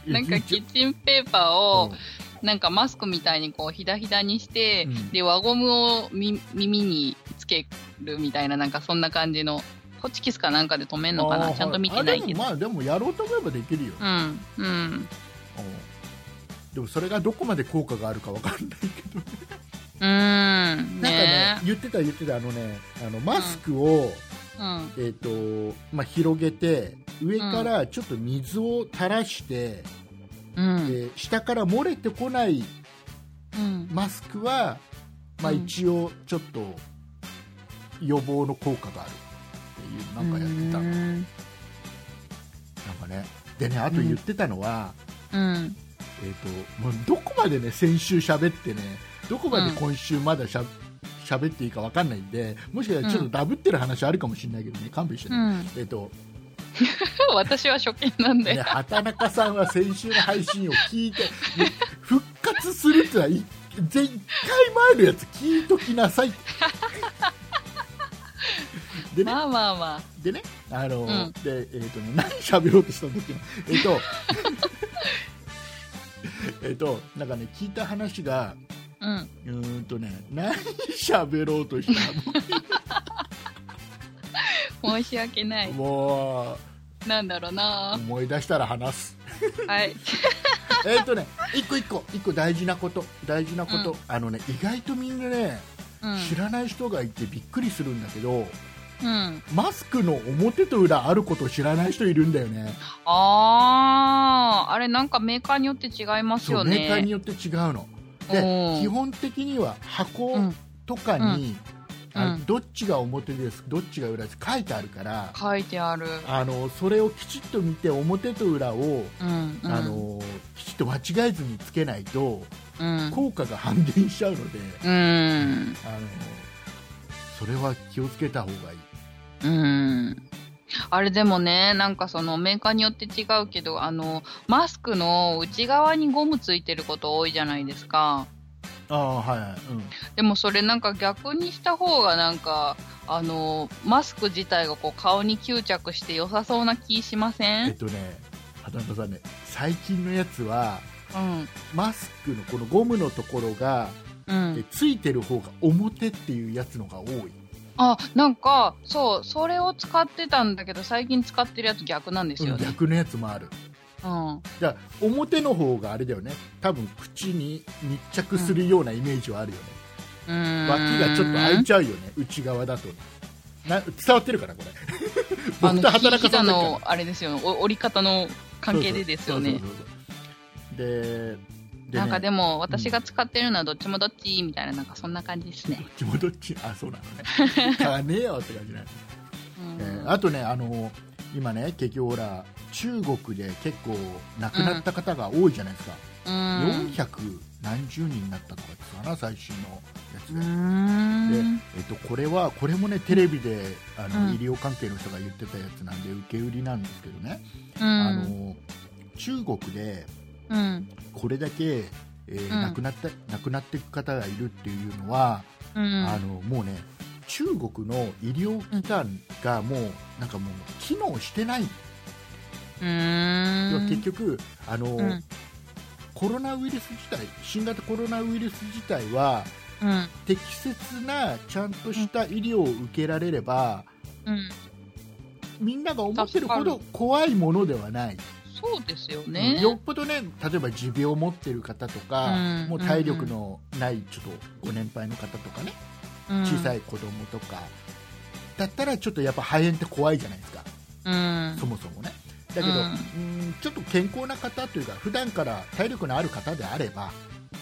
[SPEAKER 2] ど
[SPEAKER 1] <laughs>
[SPEAKER 2] う
[SPEAKER 1] なんかキ
[SPEAKER 2] 一
[SPEAKER 1] ッチンペーパー
[SPEAKER 2] 応
[SPEAKER 1] を、なんかマスクみたいにこうひだひだにして、
[SPEAKER 2] うん
[SPEAKER 1] で輪ゴムをみ耳につけるみたいななんかそんな感じのホチキスかなんかで止めんのか
[SPEAKER 2] あ
[SPEAKER 1] な
[SPEAKER 2] ー
[SPEAKER 1] ちゃんと見てないけど、
[SPEAKER 2] あでもまあでもやろうと思えばできるよ、
[SPEAKER 1] うんうん
[SPEAKER 2] うんでもそれがどこまで効果があるかわかんないけど、
[SPEAKER 1] うーん
[SPEAKER 2] なんかね
[SPEAKER 1] ね
[SPEAKER 2] 言ってた言ってたあのねあのマスクを、
[SPEAKER 1] うん
[SPEAKER 2] えっ、とまあ広げて上からちょっと水を垂らして、
[SPEAKER 1] うん
[SPEAKER 2] で下から漏れてこない
[SPEAKER 1] うん
[SPEAKER 2] マスクは、まあ、
[SPEAKER 1] うん
[SPEAKER 2] 一応ちょっと予防の効果があるっていうなんかやってたの
[SPEAKER 1] うん
[SPEAKER 2] なんかねでねあと言ってたのは、
[SPEAKER 1] うん
[SPEAKER 2] えー、ともうどこまでね先週喋ってねどこまで今週まだしゃ、喋っていいかわかんないんでもしかしたらちょっとダブってる話あるかもしれないけどね勘弁して
[SPEAKER 1] う
[SPEAKER 2] ね、
[SPEAKER 1] ん
[SPEAKER 2] えっ、と
[SPEAKER 1] 私は初見なんで、
[SPEAKER 2] ね、畑中さんは先週の配信を聞いてね復活するってのは一前一回前のやつ聞いときなさ
[SPEAKER 1] <laughs>
[SPEAKER 2] いってでね,、
[SPEAKER 1] まあまあまあ
[SPEAKER 2] でねあの、
[SPEAKER 1] うん
[SPEAKER 2] でえー、とね何喋ろうとしたんだっけなえ
[SPEAKER 1] <laughs>
[SPEAKER 2] っ、とえっとなんかね聞いた話が
[SPEAKER 1] うん
[SPEAKER 2] うーんとね何喋ろうとした
[SPEAKER 1] 申し訳な
[SPEAKER 2] の
[SPEAKER 1] い
[SPEAKER 2] も
[SPEAKER 1] なんだろう
[SPEAKER 2] う
[SPEAKER 1] な
[SPEAKER 2] 思い出したら話す
[SPEAKER 1] はい
[SPEAKER 2] <laughs> えっとね一個一個一個大事なこと大事なこと、あのね意外とみんなね
[SPEAKER 1] うん
[SPEAKER 2] 知らない人がいてびっくりするんだけど
[SPEAKER 1] うん
[SPEAKER 2] マスクの表と裏あることを知らない人いるんだよね
[SPEAKER 1] あああれなんかメーカーによって違います
[SPEAKER 2] そう
[SPEAKER 1] よね
[SPEAKER 2] メーカーによって違うの
[SPEAKER 1] う
[SPEAKER 2] で
[SPEAKER 1] ん
[SPEAKER 2] 基本的には箱
[SPEAKER 1] うん
[SPEAKER 2] とかに、
[SPEAKER 1] うん
[SPEAKER 2] あの
[SPEAKER 1] うん
[SPEAKER 2] どっちが表ですどっちが裏です書いてあるから
[SPEAKER 1] 書いてある
[SPEAKER 2] あのそれをきちっと見て表と裏を、
[SPEAKER 1] うんうん
[SPEAKER 2] あのきちっと間違えずにつけないと
[SPEAKER 1] うん
[SPEAKER 2] 効果が半減しちゃうので、
[SPEAKER 1] うん
[SPEAKER 2] あのそれは気をつけた方がいい。
[SPEAKER 1] うんあれでもねなんかそのメーカーによって違うけどあのマスクの内側にゴムついてること多いじゃないですか
[SPEAKER 2] ああはいはい、うん、
[SPEAKER 1] でもそれなんか逆にした方がなんかあのマスク自体がこう顔に吸着して良さそうな気しませ
[SPEAKER 2] えっ
[SPEAKER 1] ん
[SPEAKER 2] とね畑中さんね最近のやつは
[SPEAKER 1] うん
[SPEAKER 2] マスクのこのゴムのところが、
[SPEAKER 1] う
[SPEAKER 2] え
[SPEAKER 1] ん
[SPEAKER 2] ついてる方が表っていうやつのが多い
[SPEAKER 1] あなんかそうそれを使ってたんだけど最近使ってるやつ逆なんですよ
[SPEAKER 2] うん
[SPEAKER 1] ね
[SPEAKER 2] 逆のやつもある
[SPEAKER 1] うん
[SPEAKER 2] だから表の方があれだよね多分口に密着するようなイメージはあるよね、
[SPEAKER 1] うん
[SPEAKER 2] 脇がちょっと開いちゃうよね内側だとな伝わってるからこれ
[SPEAKER 1] あ
[SPEAKER 2] 僕と
[SPEAKER 1] の
[SPEAKER 2] 働か
[SPEAKER 1] ひ
[SPEAKER 2] さ
[SPEAKER 1] だ
[SPEAKER 2] んだけ
[SPEAKER 1] のあれですよお折り方の関係でですよね
[SPEAKER 2] そうそうそうそうでで、ね、
[SPEAKER 1] なんかでも私が使ってるのはどっちもどっちみたいななんかそんな感じです
[SPEAKER 2] <laughs>
[SPEAKER 1] ね、
[SPEAKER 2] 地元っちあそうなのね買わねえよって感じなんです、
[SPEAKER 1] うん
[SPEAKER 2] えーあとねあの今ね結局ほら中国で結構亡くなった方が多いじゃないですか、
[SPEAKER 1] うん
[SPEAKER 2] 400何十人になったとかですかな最新のやつ
[SPEAKER 1] う
[SPEAKER 2] で、で
[SPEAKER 1] ん
[SPEAKER 2] えっと、これはこれもねテレビであの、
[SPEAKER 1] うん
[SPEAKER 2] 医療関係の人が言ってたやつなんで受け売りなんですけどね、
[SPEAKER 1] う
[SPEAKER 2] あ
[SPEAKER 1] ん
[SPEAKER 2] の中国で
[SPEAKER 1] うん
[SPEAKER 2] これだけ、えー
[SPEAKER 1] うん
[SPEAKER 2] 亡くなった亡くなっていく方がいるっていうのは、
[SPEAKER 1] うん
[SPEAKER 2] あのもうね中国の医療機関がもうなんかもう機能してない、
[SPEAKER 1] うー
[SPEAKER 2] 要は
[SPEAKER 1] ん
[SPEAKER 2] 結局あの、
[SPEAKER 1] うん
[SPEAKER 2] コロナウイルス自体新型コロナウイルス自体は
[SPEAKER 1] うん
[SPEAKER 2] 適切なちゃんとした医療を受けられれば、
[SPEAKER 1] うん
[SPEAKER 2] みんなが思ってるほど怖いものではない、
[SPEAKER 1] そうですよね
[SPEAKER 2] よっぽどね例えば持病を持ってる方とか、
[SPEAKER 1] うん
[SPEAKER 2] もう体力のないちょっとご年配の方とかね小さ
[SPEAKER 1] い
[SPEAKER 2] い子供とか、だったらちょっとやっぱ肺炎って怖いじゃないですか
[SPEAKER 1] うん
[SPEAKER 2] そもそもねだけど、う
[SPEAKER 1] うん
[SPEAKER 2] ーんちょっと健康な方というか普段から体力のある方であれば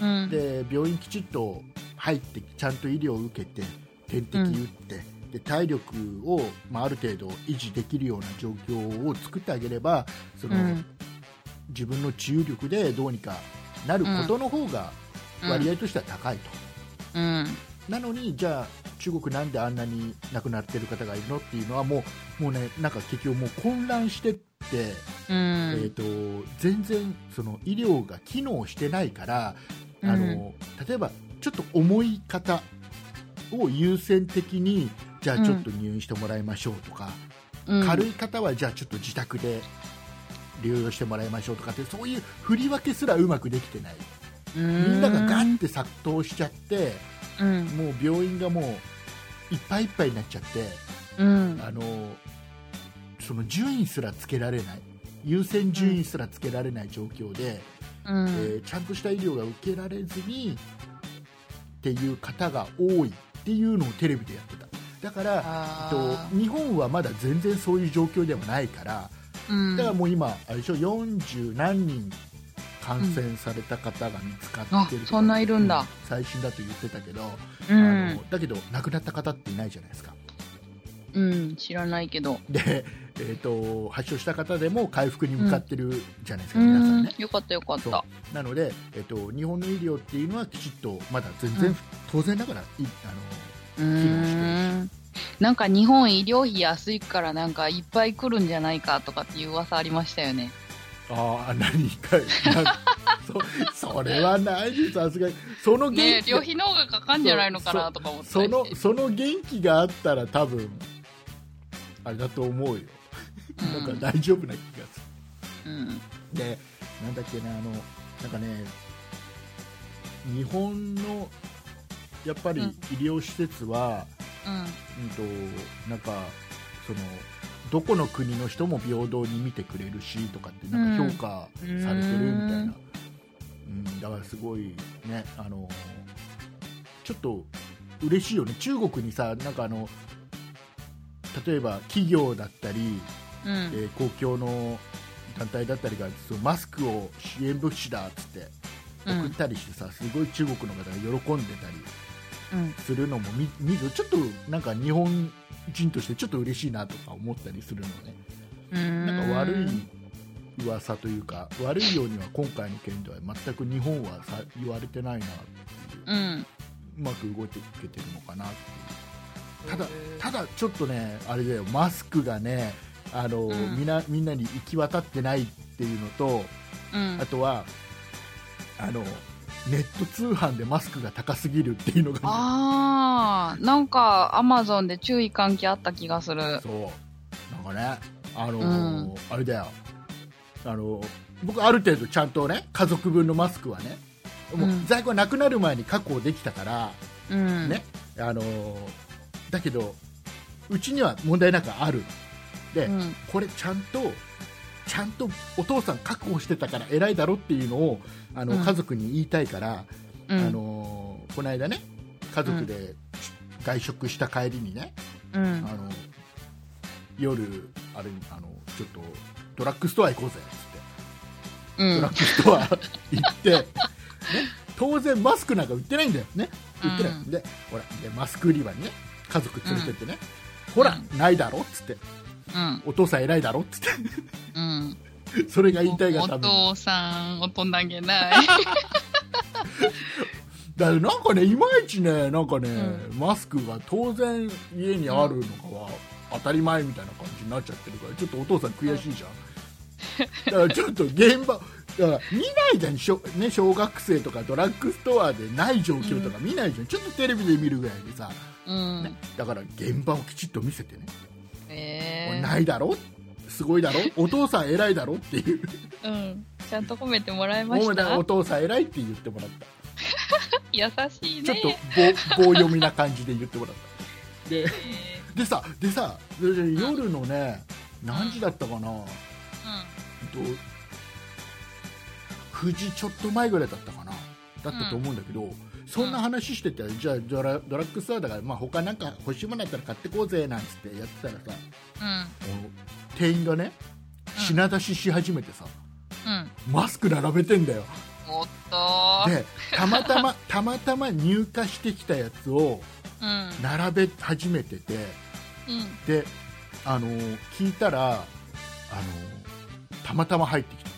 [SPEAKER 1] うん
[SPEAKER 2] で病院きちっと入ってちゃんと医療を受けて点滴打って、で体力を、まあ、ある程度維持できるような状況を作ってあげればその、
[SPEAKER 1] うん
[SPEAKER 2] 自分の治癒力でどうにかなることの方が割合としては高いと、
[SPEAKER 1] うん
[SPEAKER 2] なのにじゃあ中国なんであんなに亡くなってる方がいるのっていうのはもうもうねなんか結局もう混乱してって、
[SPEAKER 1] う
[SPEAKER 2] えー、
[SPEAKER 1] ん
[SPEAKER 2] と全然その医療が機能してないからあ
[SPEAKER 1] う
[SPEAKER 2] の、例えばちょっと重い方を優先的にじゃあちょっと入院してもらいましょうとか、
[SPEAKER 1] うん
[SPEAKER 2] 軽い方はじゃあちょっと自宅で療養してもらいましょうとかってそういう振り分けすらうまくできてない
[SPEAKER 1] み
[SPEAKER 2] みんながガンって殺到しちゃって
[SPEAKER 1] うん
[SPEAKER 2] もう病院がもういっぱいいっぱいになっちゃって
[SPEAKER 1] うん
[SPEAKER 2] あのその順位すらつけられない優先順位すらつけられない状況で、
[SPEAKER 1] うん
[SPEAKER 2] えーちゃんとした医療が受けられずにっていう方が多いっていうのをテレビでやってただから、えっと
[SPEAKER 1] あ
[SPEAKER 2] 日本はまだ全然そういう状況ではないから
[SPEAKER 1] ーうん
[SPEAKER 2] だからもう今あれでしょ40何人感染された方が見つかってる
[SPEAKER 1] あ
[SPEAKER 2] とか、
[SPEAKER 1] そんないるんだ
[SPEAKER 2] う最新だと言ってたけど、
[SPEAKER 1] う
[SPEAKER 2] あ
[SPEAKER 1] ん
[SPEAKER 2] のだけど亡くなった方っていないじゃないですか
[SPEAKER 1] うん知らないけど
[SPEAKER 2] で、えー、と発症した方でも回復に向かってるじゃないです
[SPEAKER 1] う
[SPEAKER 2] か、皆さん
[SPEAKER 1] ん
[SPEAKER 2] ね
[SPEAKER 1] よかったよかっ
[SPEAKER 2] そう
[SPEAKER 1] た
[SPEAKER 2] なので、えー、と日本の医療っていうのはきちっとまだ全然、
[SPEAKER 1] うん
[SPEAKER 2] 当然ながらいあの
[SPEAKER 1] うーんなんか日本医療費安いからなんかいっぱい来るんじゃないかとかっていう噂ありましたよね。
[SPEAKER 2] ああ何かなそそれはないですさすがにその
[SPEAKER 1] ね
[SPEAKER 2] 元気
[SPEAKER 1] 旅費の方がかかんじゃないのかなとか思った
[SPEAKER 2] そ
[SPEAKER 1] り
[SPEAKER 2] の
[SPEAKER 1] して。
[SPEAKER 2] その元気があったら多分あれだと思うよ、なんか大丈夫な気がする
[SPEAKER 1] うん
[SPEAKER 2] でなんだっけなあのなんかね日本のやっぱり
[SPEAKER 1] うん
[SPEAKER 2] 医療施設は、
[SPEAKER 1] うん
[SPEAKER 2] うん、となんかそのどこの国の人も平等に見てくれるしとかってなんか
[SPEAKER 1] うん
[SPEAKER 2] 評価されてるみたいな、うんだからすごいねあのちょっと嬉しいよね中国にさなんかあの例えば企業だったり、
[SPEAKER 1] うんうん
[SPEAKER 2] えー公共の団体だったりがそのマスクを支援物資だっつって
[SPEAKER 1] う
[SPEAKER 2] 送っ
[SPEAKER 1] ん
[SPEAKER 2] たりしてさ、すごい中国の方が喜んでたり
[SPEAKER 1] うん
[SPEAKER 2] するのも見見るちょっとなんか日本人としてちょっと嬉しいなとか思ったりするのね
[SPEAKER 1] うん
[SPEAKER 2] なんか悪い噂というか悪いようには今回の件では全く日本はさ言われてないなっていう
[SPEAKER 1] うん
[SPEAKER 2] うまく動いていけてるのかなっていうただただちょっとねあれだよマスクがねあの、
[SPEAKER 1] うん
[SPEAKER 2] みなみんなに行き渡ってないっていうのと
[SPEAKER 1] うん
[SPEAKER 2] あとはあのネット通販でマスクが高すぎるっていうのが、
[SPEAKER 1] あー、なんか、アマゾンで注意喚起あった気がする。
[SPEAKER 2] そうなんかねあのー
[SPEAKER 1] うん
[SPEAKER 2] あれだよあのー僕ある程度ちゃんとね家族分のマスクはねもう
[SPEAKER 1] うん
[SPEAKER 2] 在庫なくなる前に確保できたから、
[SPEAKER 1] うん。
[SPEAKER 2] ねあのーだけどうちには問題なんかあるで、
[SPEAKER 1] うん。
[SPEAKER 2] これちゃんとちゃんとお父さん確保してたから偉いだろっていうのをあの、
[SPEAKER 1] うん
[SPEAKER 2] 家族に言いたいから、
[SPEAKER 1] う
[SPEAKER 2] あ
[SPEAKER 1] ん。
[SPEAKER 2] のーこの間ね家族で外食した帰りにね、
[SPEAKER 1] うん
[SPEAKER 2] あの夜あれあのちょっとドラッグストア行こうぜっつって
[SPEAKER 1] う
[SPEAKER 2] ドラ
[SPEAKER 1] ん
[SPEAKER 2] ッグストア行って、ね、当然マスクなんか売ってないんだよね売ってない、
[SPEAKER 1] うん
[SPEAKER 2] でほらでマスク売り場にね家族連れてってね、ほらないだろっつって
[SPEAKER 1] うん。
[SPEAKER 2] お父さん偉いだろっつって
[SPEAKER 1] うん。
[SPEAKER 2] それが言いたいが
[SPEAKER 1] お
[SPEAKER 2] ために
[SPEAKER 1] 父さん、大人げ
[SPEAKER 2] <laughs>
[SPEAKER 1] ない。
[SPEAKER 2] だからなんかねいまいちねなんかね、
[SPEAKER 1] う
[SPEAKER 2] マスクが当然家にあるのかは当たり前みたいな感じになっちゃってるからちょっとお父さん悔しいじゃん、だからちょっと現場だから見ないじゃんしょ、ね、小学生とかドラッグストアでない状況とか見ないじゃん、ちょっとテレビで見るぐらいでさ
[SPEAKER 1] うん。
[SPEAKER 2] だから現場をきちっと見せてね、これ
[SPEAKER 1] え
[SPEAKER 2] ないだろすごいだろお父さん偉いだろっていう
[SPEAKER 1] ー。うん。ちゃんと褒めてもらいま
[SPEAKER 2] も
[SPEAKER 1] し
[SPEAKER 2] うだから
[SPEAKER 1] た
[SPEAKER 2] お。父さん偉いって言ってもらった
[SPEAKER 1] 優しい
[SPEAKER 2] ちょ
[SPEAKER 1] ね
[SPEAKER 2] っ。と棒棒読みな感じで言ってもらったで
[SPEAKER 1] え
[SPEAKER 2] でさでさでで夜のね何時だったかな、え
[SPEAKER 1] ー
[SPEAKER 2] っと、9時ちょっと前ぐらいだったかなだったと思うんだけど、そんな話しててじゃあドラドラッグストアだから、まあ、他なんか欲しいものあったら買ってこうぜなんつってやってたらさ
[SPEAKER 1] う
[SPEAKER 2] あの店員がね
[SPEAKER 1] うん
[SPEAKER 2] 品出しし始めてさ、
[SPEAKER 1] ん。うん。うん。
[SPEAKER 2] マスク並べてんだよ
[SPEAKER 1] おっと
[SPEAKER 2] でたまたまたまたま入荷してきたやつを
[SPEAKER 1] うん。
[SPEAKER 2] 並べ始めてて、
[SPEAKER 1] うん。
[SPEAKER 2] であの聞いたらあのたまたま入ってきた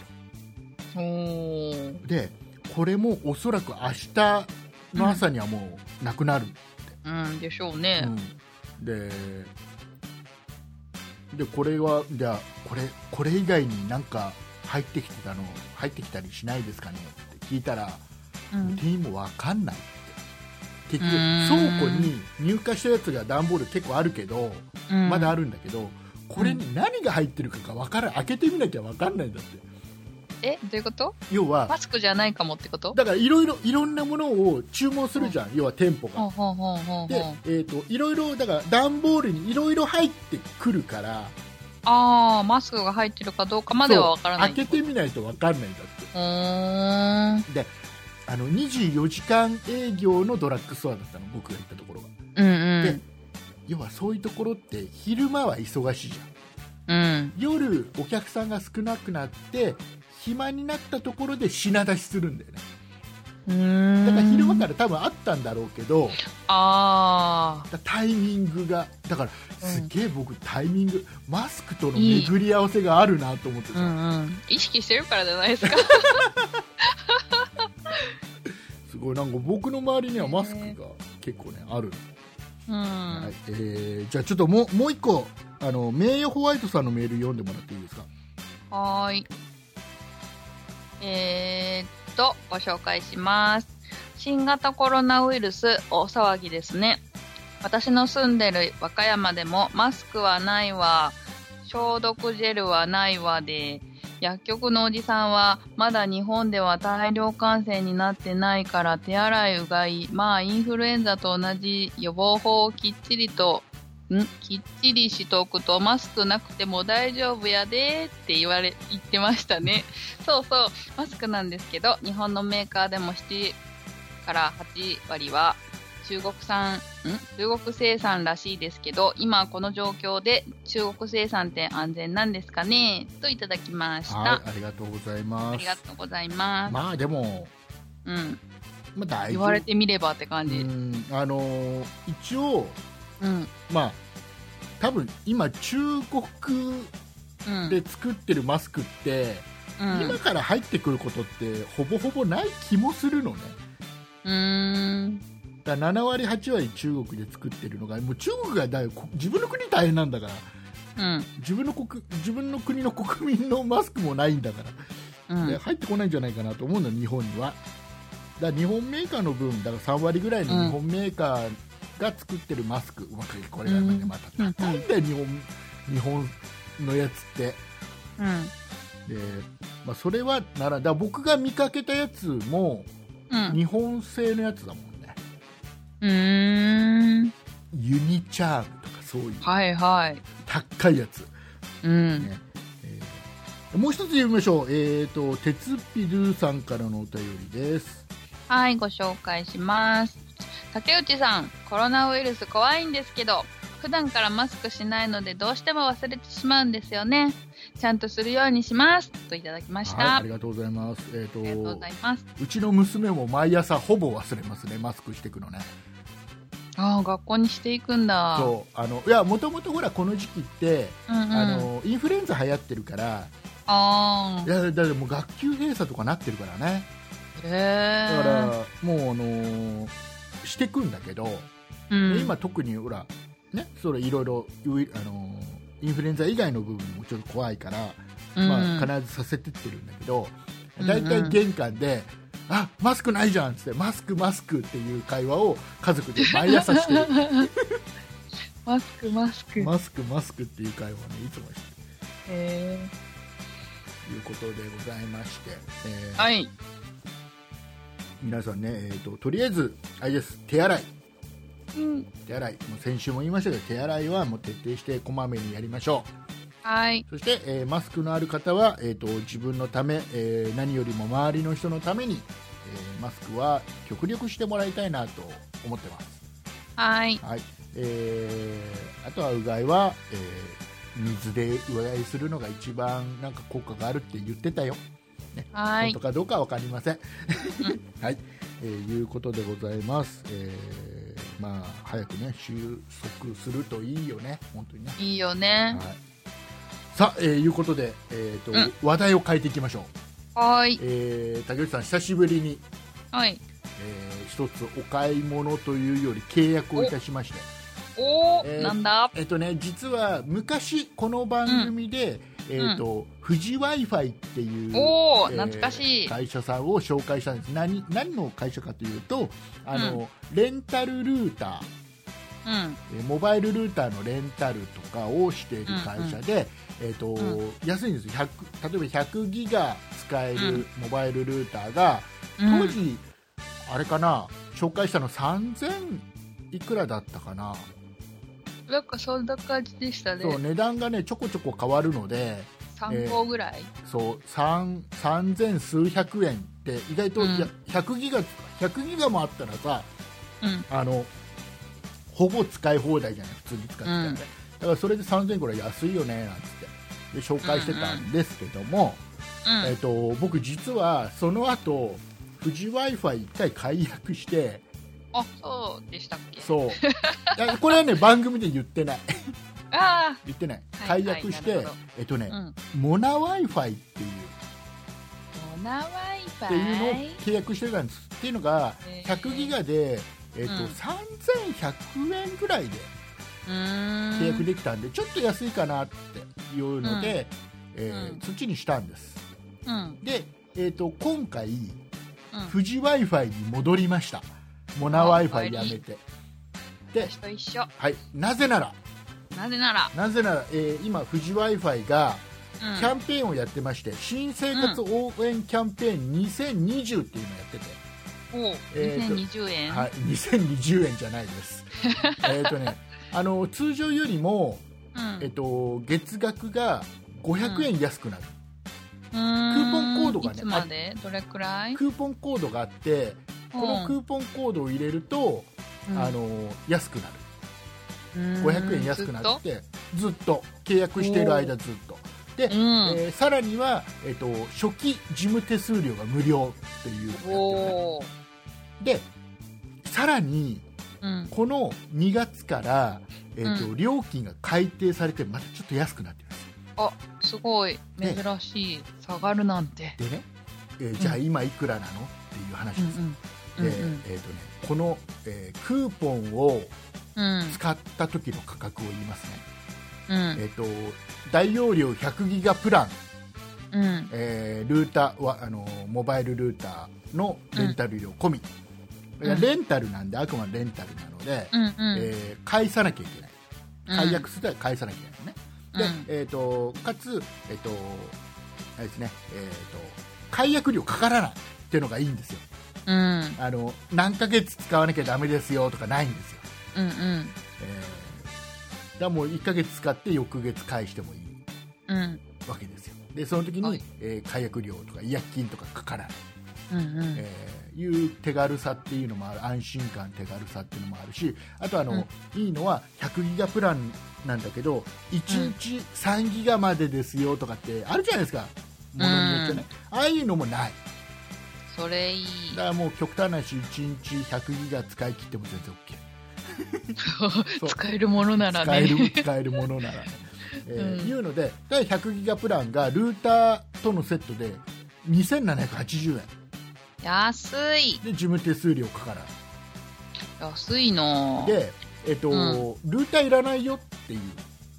[SPEAKER 1] おー
[SPEAKER 2] でこれもおそらく明日の朝にはもうなくなる、
[SPEAKER 1] うんでしょう
[SPEAKER 2] う
[SPEAKER 1] ね。
[SPEAKER 2] んででこれはじゃあこれこれ以外になんか入ってきてたの入ってきたりしないですかねって聞いたら、
[SPEAKER 1] うん。
[SPEAKER 2] 店員も分かんないって結局
[SPEAKER 1] うーん
[SPEAKER 2] 倉庫に入荷したやつが段ボール結構あるけど、
[SPEAKER 1] うん
[SPEAKER 2] まだあるんだけどこれに何が入ってるかが分からん開けてみなきゃ分かんないんだって
[SPEAKER 1] えどういうこと
[SPEAKER 2] 要は
[SPEAKER 1] マスクじゃないかもってこと
[SPEAKER 2] だからいろいろいろんなものを注文するじゃん、要は店舗
[SPEAKER 1] ほう
[SPEAKER 2] が。
[SPEAKER 1] ほうほうほう
[SPEAKER 2] で
[SPEAKER 1] ほう。、
[SPEAKER 2] えー、といろいろだから段ボールにいろいろ入ってくるから
[SPEAKER 1] ああ、マスクが入ってるかどうかまではわからない。
[SPEAKER 2] 開けてみないと分かんないんだって
[SPEAKER 1] うーん。
[SPEAKER 2] あの24時間営業のドラッグストアだったの僕が行ったところが
[SPEAKER 1] うん
[SPEAKER 2] で要はそういうところって昼間は忙しいじゃ
[SPEAKER 1] う
[SPEAKER 2] ん
[SPEAKER 1] ん。うん。
[SPEAKER 2] 夜お客さんが少なくなって暇になったところで品出しするんだよね
[SPEAKER 1] うーん。。
[SPEAKER 2] だから昼間からら多分あったんだろうけど、
[SPEAKER 1] あ
[SPEAKER 2] だタイミングがだから
[SPEAKER 1] うん
[SPEAKER 2] すげえ僕タイミングマスクとの巡り合わせがあるなと思って
[SPEAKER 1] あ。う
[SPEAKER 2] さ、
[SPEAKER 1] んうん。意識してるからじゃない
[SPEAKER 2] <laughs>
[SPEAKER 1] ですか。
[SPEAKER 2] すごいなんか僕の周りにはマスクが結構ねある、
[SPEAKER 1] うん。
[SPEAKER 2] はいえーじゃあちょっともうもう一個あの名誉ホワイトさんのメール読んでもらっていいですか
[SPEAKER 1] はーい。えーっと、ご紹介します。新型コロナウイルス、大騒ぎですね。私の住んでる和歌山でも、マスクはないわ、消毒ジェルはないわで、薬局のおじさんは、まだ日本では大量感染になってないから、手洗い、うがい、まあ、インフルエンザと同じ予防法をきっちりとんきっちりしとくとマスクなくても大丈夫やでって言われ言ってましたねそうそうマスクなんですけど日本のメーカーでも7から8割は中国産ん中国生産らしいですけど今この状況で中国生産って安全なんですかねといただきました、
[SPEAKER 2] はいありがとうござい
[SPEAKER 1] あ
[SPEAKER 2] ま
[SPEAKER 1] り
[SPEAKER 2] す
[SPEAKER 1] がとうございます、
[SPEAKER 2] まあでも、
[SPEAKER 1] うん、
[SPEAKER 2] まあ、大
[SPEAKER 1] 言
[SPEAKER 2] 丈
[SPEAKER 1] われ
[SPEAKER 2] 夫
[SPEAKER 1] てみればって感
[SPEAKER 2] う
[SPEAKER 1] じ
[SPEAKER 2] んあの一応
[SPEAKER 1] うん
[SPEAKER 2] まあ多分今中国
[SPEAKER 1] うん
[SPEAKER 2] で作ってるマスクって、
[SPEAKER 1] うん
[SPEAKER 2] 今から入ってくることってほぼほぼない気もするのね
[SPEAKER 1] うーん
[SPEAKER 2] だから7割8割中国で作ってるのがもう中国がだいこ自分の国大変なんだから
[SPEAKER 1] うん
[SPEAKER 2] 自分の国自分の国の国民のマスクもないんだから、
[SPEAKER 1] うん
[SPEAKER 2] で入ってこないんじゃないかなと思うの日本にはだから日本メーカーの分だから3割ぐらいの日本メーカーが作ってるマスク、うまくこれがまたまた
[SPEAKER 1] うん
[SPEAKER 2] 高いんだよ、日本日本のやつって
[SPEAKER 1] うん
[SPEAKER 2] で、まあ、それはならだから僕が見かけたやつも
[SPEAKER 1] うん
[SPEAKER 2] 日本製のやつだもんね、
[SPEAKER 1] うーん
[SPEAKER 2] ユニチャームとかそういう
[SPEAKER 1] はいはい
[SPEAKER 2] 高いやつ、
[SPEAKER 1] うん
[SPEAKER 2] えーもう一つ読みましょう、えー、と鉄ピドゥさんからのお便りです
[SPEAKER 1] はい、ご紹介します。竹内さん、コロナウイルス怖いんですけど、普段からマスクしないのでどうしても忘れてしまうんですよね。ちゃんとするようにします。といただきまし
[SPEAKER 2] はい、
[SPEAKER 1] た。
[SPEAKER 2] ありがとうございます、えー、
[SPEAKER 1] ありがとうご
[SPEAKER 2] と
[SPEAKER 1] ざいます。
[SPEAKER 2] うちの娘も毎朝ほぼ忘れますねマスクしてくのね
[SPEAKER 1] ああ、学校にしていくんだ。
[SPEAKER 2] そうあのいやもともとほらこの時期って、
[SPEAKER 1] うんうん。
[SPEAKER 2] あ
[SPEAKER 1] あ
[SPEAKER 2] のインフルエンザ流行ってるから
[SPEAKER 1] あ
[SPEAKER 2] いやだってもう学級閉鎖とかなってるからね
[SPEAKER 1] ー、へ
[SPEAKER 2] だ
[SPEAKER 1] え。
[SPEAKER 2] から、もうあのーしてくんだけど、
[SPEAKER 1] うん、
[SPEAKER 2] 今特にほらねそれいろいろウイあのーインフルエンザ以外の部分もちょっと怖いから、
[SPEAKER 1] うん、
[SPEAKER 2] まあ必ずさせてってるんだけど
[SPEAKER 1] うん
[SPEAKER 2] 大体玄関で、あマスクないじゃんっつってマスクマスクっていう会話を家族で毎朝して
[SPEAKER 1] <laughs>
[SPEAKER 2] る
[SPEAKER 1] マスク、マスク。へ
[SPEAKER 2] マスクマスクっていう会話をねいつもしてる
[SPEAKER 1] え。
[SPEAKER 2] ということでございまして、えー
[SPEAKER 1] はい。
[SPEAKER 2] 皆さんね、えー、ととりあえずあれです手洗い
[SPEAKER 1] うん。
[SPEAKER 2] 手洗いもう先週も言いましたけど手洗いはもう徹底してこまめにやりましょ
[SPEAKER 1] はい。
[SPEAKER 2] うそして、えーマスクのある方は、えー、と自分のため、えー何よりも周りの人のために、えーマスクは極力してもらいたいなと思ってます、
[SPEAKER 1] はい。
[SPEAKER 2] はいえーあとはうがいは、えー水でうがいするのが一番なんか効果があるって言ってたよ
[SPEAKER 1] は
[SPEAKER 2] 本
[SPEAKER 1] い
[SPEAKER 2] 当。かどうかは分かりません。 <laughs> はい、えーいうことでございます。えーまあ早くね収束するといいよね、本当にね。
[SPEAKER 1] いいよ
[SPEAKER 2] はい
[SPEAKER 1] ね。。
[SPEAKER 2] さあ、えーいうことで、えーと
[SPEAKER 1] うん
[SPEAKER 2] 話題を変えていきましょう、
[SPEAKER 1] はい。
[SPEAKER 2] えー竹内さん、久しぶりに、
[SPEAKER 1] はい。
[SPEAKER 2] えー一つお買い物というより契約をいたしまして、
[SPEAKER 1] おお、
[SPEAKER 2] えー
[SPEAKER 1] なんだ
[SPEAKER 2] えーとね、実は昔、この番組で、えーと富士 w i f i っていう
[SPEAKER 1] おお、
[SPEAKER 2] えー
[SPEAKER 1] 懐かしい。
[SPEAKER 2] 会社さんを紹介したんです何何の会社かというとあの、レンタルルーター
[SPEAKER 1] うん。
[SPEAKER 2] えーモバイルルーターのレンタルとかをしている会社で、えーと
[SPEAKER 1] う
[SPEAKER 2] 安いんですよ100例えば100ギガ使え
[SPEAKER 1] う
[SPEAKER 2] るモバイルルーターが、当時、あれかな紹介したの3000いくらだったかな、
[SPEAKER 1] うん、なんかそんな感じでした
[SPEAKER 2] そう
[SPEAKER 1] ね。
[SPEAKER 2] 値段がねちょこちょこ変わるので
[SPEAKER 1] 3個ぐらい。
[SPEAKER 2] そう三三千数百円って意外と、
[SPEAKER 1] うん
[SPEAKER 2] いや100ギガ100ギガもあったらさ
[SPEAKER 1] うん。
[SPEAKER 2] あのほぼ使い放題じゃない普通に使ってたらね、
[SPEAKER 1] うん
[SPEAKER 2] だからそれで3000円ぐらい安いよねなんつってで紹介してたんですけども、えっと僕実はその後富士 w i f i 一回解約して
[SPEAKER 1] うん。あ、そうでしたっけ <laughs>
[SPEAKER 2] そういやこれはね番組で言ってない
[SPEAKER 1] あ
[SPEAKER 2] 言ってない
[SPEAKER 1] はい
[SPEAKER 2] 解約して、
[SPEAKER 1] はいなるほど
[SPEAKER 2] えっとね
[SPEAKER 1] あ、う、ん。
[SPEAKER 2] モナ w i f i っていう
[SPEAKER 1] モナワイフ
[SPEAKER 2] っていうのを
[SPEAKER 1] ァイ。
[SPEAKER 2] 契約してたんですっていうのが
[SPEAKER 1] へー
[SPEAKER 2] 100ギガで、えっと
[SPEAKER 1] うん
[SPEAKER 2] 3100円ぐらいで
[SPEAKER 1] うーん。
[SPEAKER 2] 契約できたんで、ちょっと安いかなっていうので、え
[SPEAKER 1] うん
[SPEAKER 2] 土にしたんです
[SPEAKER 1] うん。うん。
[SPEAKER 2] で、えっと今回富士 w i f i に戻りましたモナ w
[SPEAKER 1] あ
[SPEAKER 2] i f i やめてで、
[SPEAKER 1] 私と一緒。
[SPEAKER 2] はい、なぜなら
[SPEAKER 1] なぜなら、
[SPEAKER 2] なぜなら、えー今富士 w i f i が
[SPEAKER 1] う
[SPEAKER 2] キ
[SPEAKER 1] ん。
[SPEAKER 2] ャンペーンをやってまして、新生活応援キャンペーン2020っていうのをやってて、
[SPEAKER 1] おお、
[SPEAKER 2] えーと
[SPEAKER 1] 2020円。
[SPEAKER 2] はい、2020円じゃない
[SPEAKER 1] <laughs>
[SPEAKER 2] です。えっとね、あの通常よりも、
[SPEAKER 1] うん。
[SPEAKER 2] えっと、月額が500円安くなる、
[SPEAKER 1] うーん
[SPEAKER 2] クーポンコードがね
[SPEAKER 1] いつまでどれくらい
[SPEAKER 2] クーポンコードがあってこのクーポンコードを入れると、あの安くなる500円安くなっ。てずっと契約している間ずっとで、
[SPEAKER 1] うんうんずっと。
[SPEAKER 2] えーさらには、えっと、初期事務手数料が無料っていう
[SPEAKER 1] うん。
[SPEAKER 2] のをやって
[SPEAKER 1] おお。
[SPEAKER 2] るねでさらに
[SPEAKER 1] うん。
[SPEAKER 2] この2月から、えっと
[SPEAKER 1] う
[SPEAKER 2] 料金が改定されてまたちょっと安くなってます
[SPEAKER 1] すごい
[SPEAKER 2] ね
[SPEAKER 1] 珍しい、下がるなんて。
[SPEAKER 2] でね、えーじゃあ今いくらなのっていう話です、
[SPEAKER 1] うんうん。
[SPEAKER 2] で、
[SPEAKER 1] うんうん
[SPEAKER 2] えーとね、この、えークーポンを
[SPEAKER 1] うん
[SPEAKER 2] 使った時の価格を言いますね、
[SPEAKER 1] うん
[SPEAKER 2] えー、と大容量100ギガプラン、
[SPEAKER 1] うん
[SPEAKER 2] えールーターはあのモバイルルータのレンタル料込み、
[SPEAKER 1] ん
[SPEAKER 2] だからレンタルなんであくまでレンタルなので、
[SPEAKER 1] うんうん
[SPEAKER 2] えー返さなきゃいけない解約すれば返さなきゃいけないのね、
[SPEAKER 1] うん
[SPEAKER 2] で、えー、とかつ、えーとあれですねえー、と解約料かからないっていうのがいいんですよ
[SPEAKER 1] うんうん
[SPEAKER 2] あの何ヶ月使わなきゃダメですよとかないんですよ、
[SPEAKER 1] うんうん
[SPEAKER 2] えーだからもう1ヶ月使って翌月返してもいい
[SPEAKER 1] うん
[SPEAKER 2] わけですよでその時に、
[SPEAKER 1] はい
[SPEAKER 2] えー解約料とか違約金とかかからない、
[SPEAKER 1] うんうん
[SPEAKER 2] えーいう手軽さっていうのもある安心感手軽さっていうのもあるしあとあの、いいのは100ギガプランなんだけど1日3ギガまでですよとかってあるじゃないですかものによってね、ああいうのもない
[SPEAKER 1] それいい <laughs>
[SPEAKER 2] だからもう極端な話1日100ギガ使い切っても全然 OK そう
[SPEAKER 1] 使えるものなら
[SPEAKER 2] 使える <laughs>
[SPEAKER 1] ね
[SPEAKER 2] 使えるものならね、えー
[SPEAKER 1] うん
[SPEAKER 2] いうので第100ギガプランがルーターとのセットで2780円
[SPEAKER 1] 安い
[SPEAKER 2] で事務手数料かからない
[SPEAKER 1] 安いの
[SPEAKER 2] で、えっと
[SPEAKER 1] う
[SPEAKER 2] ルーターいらないよっていう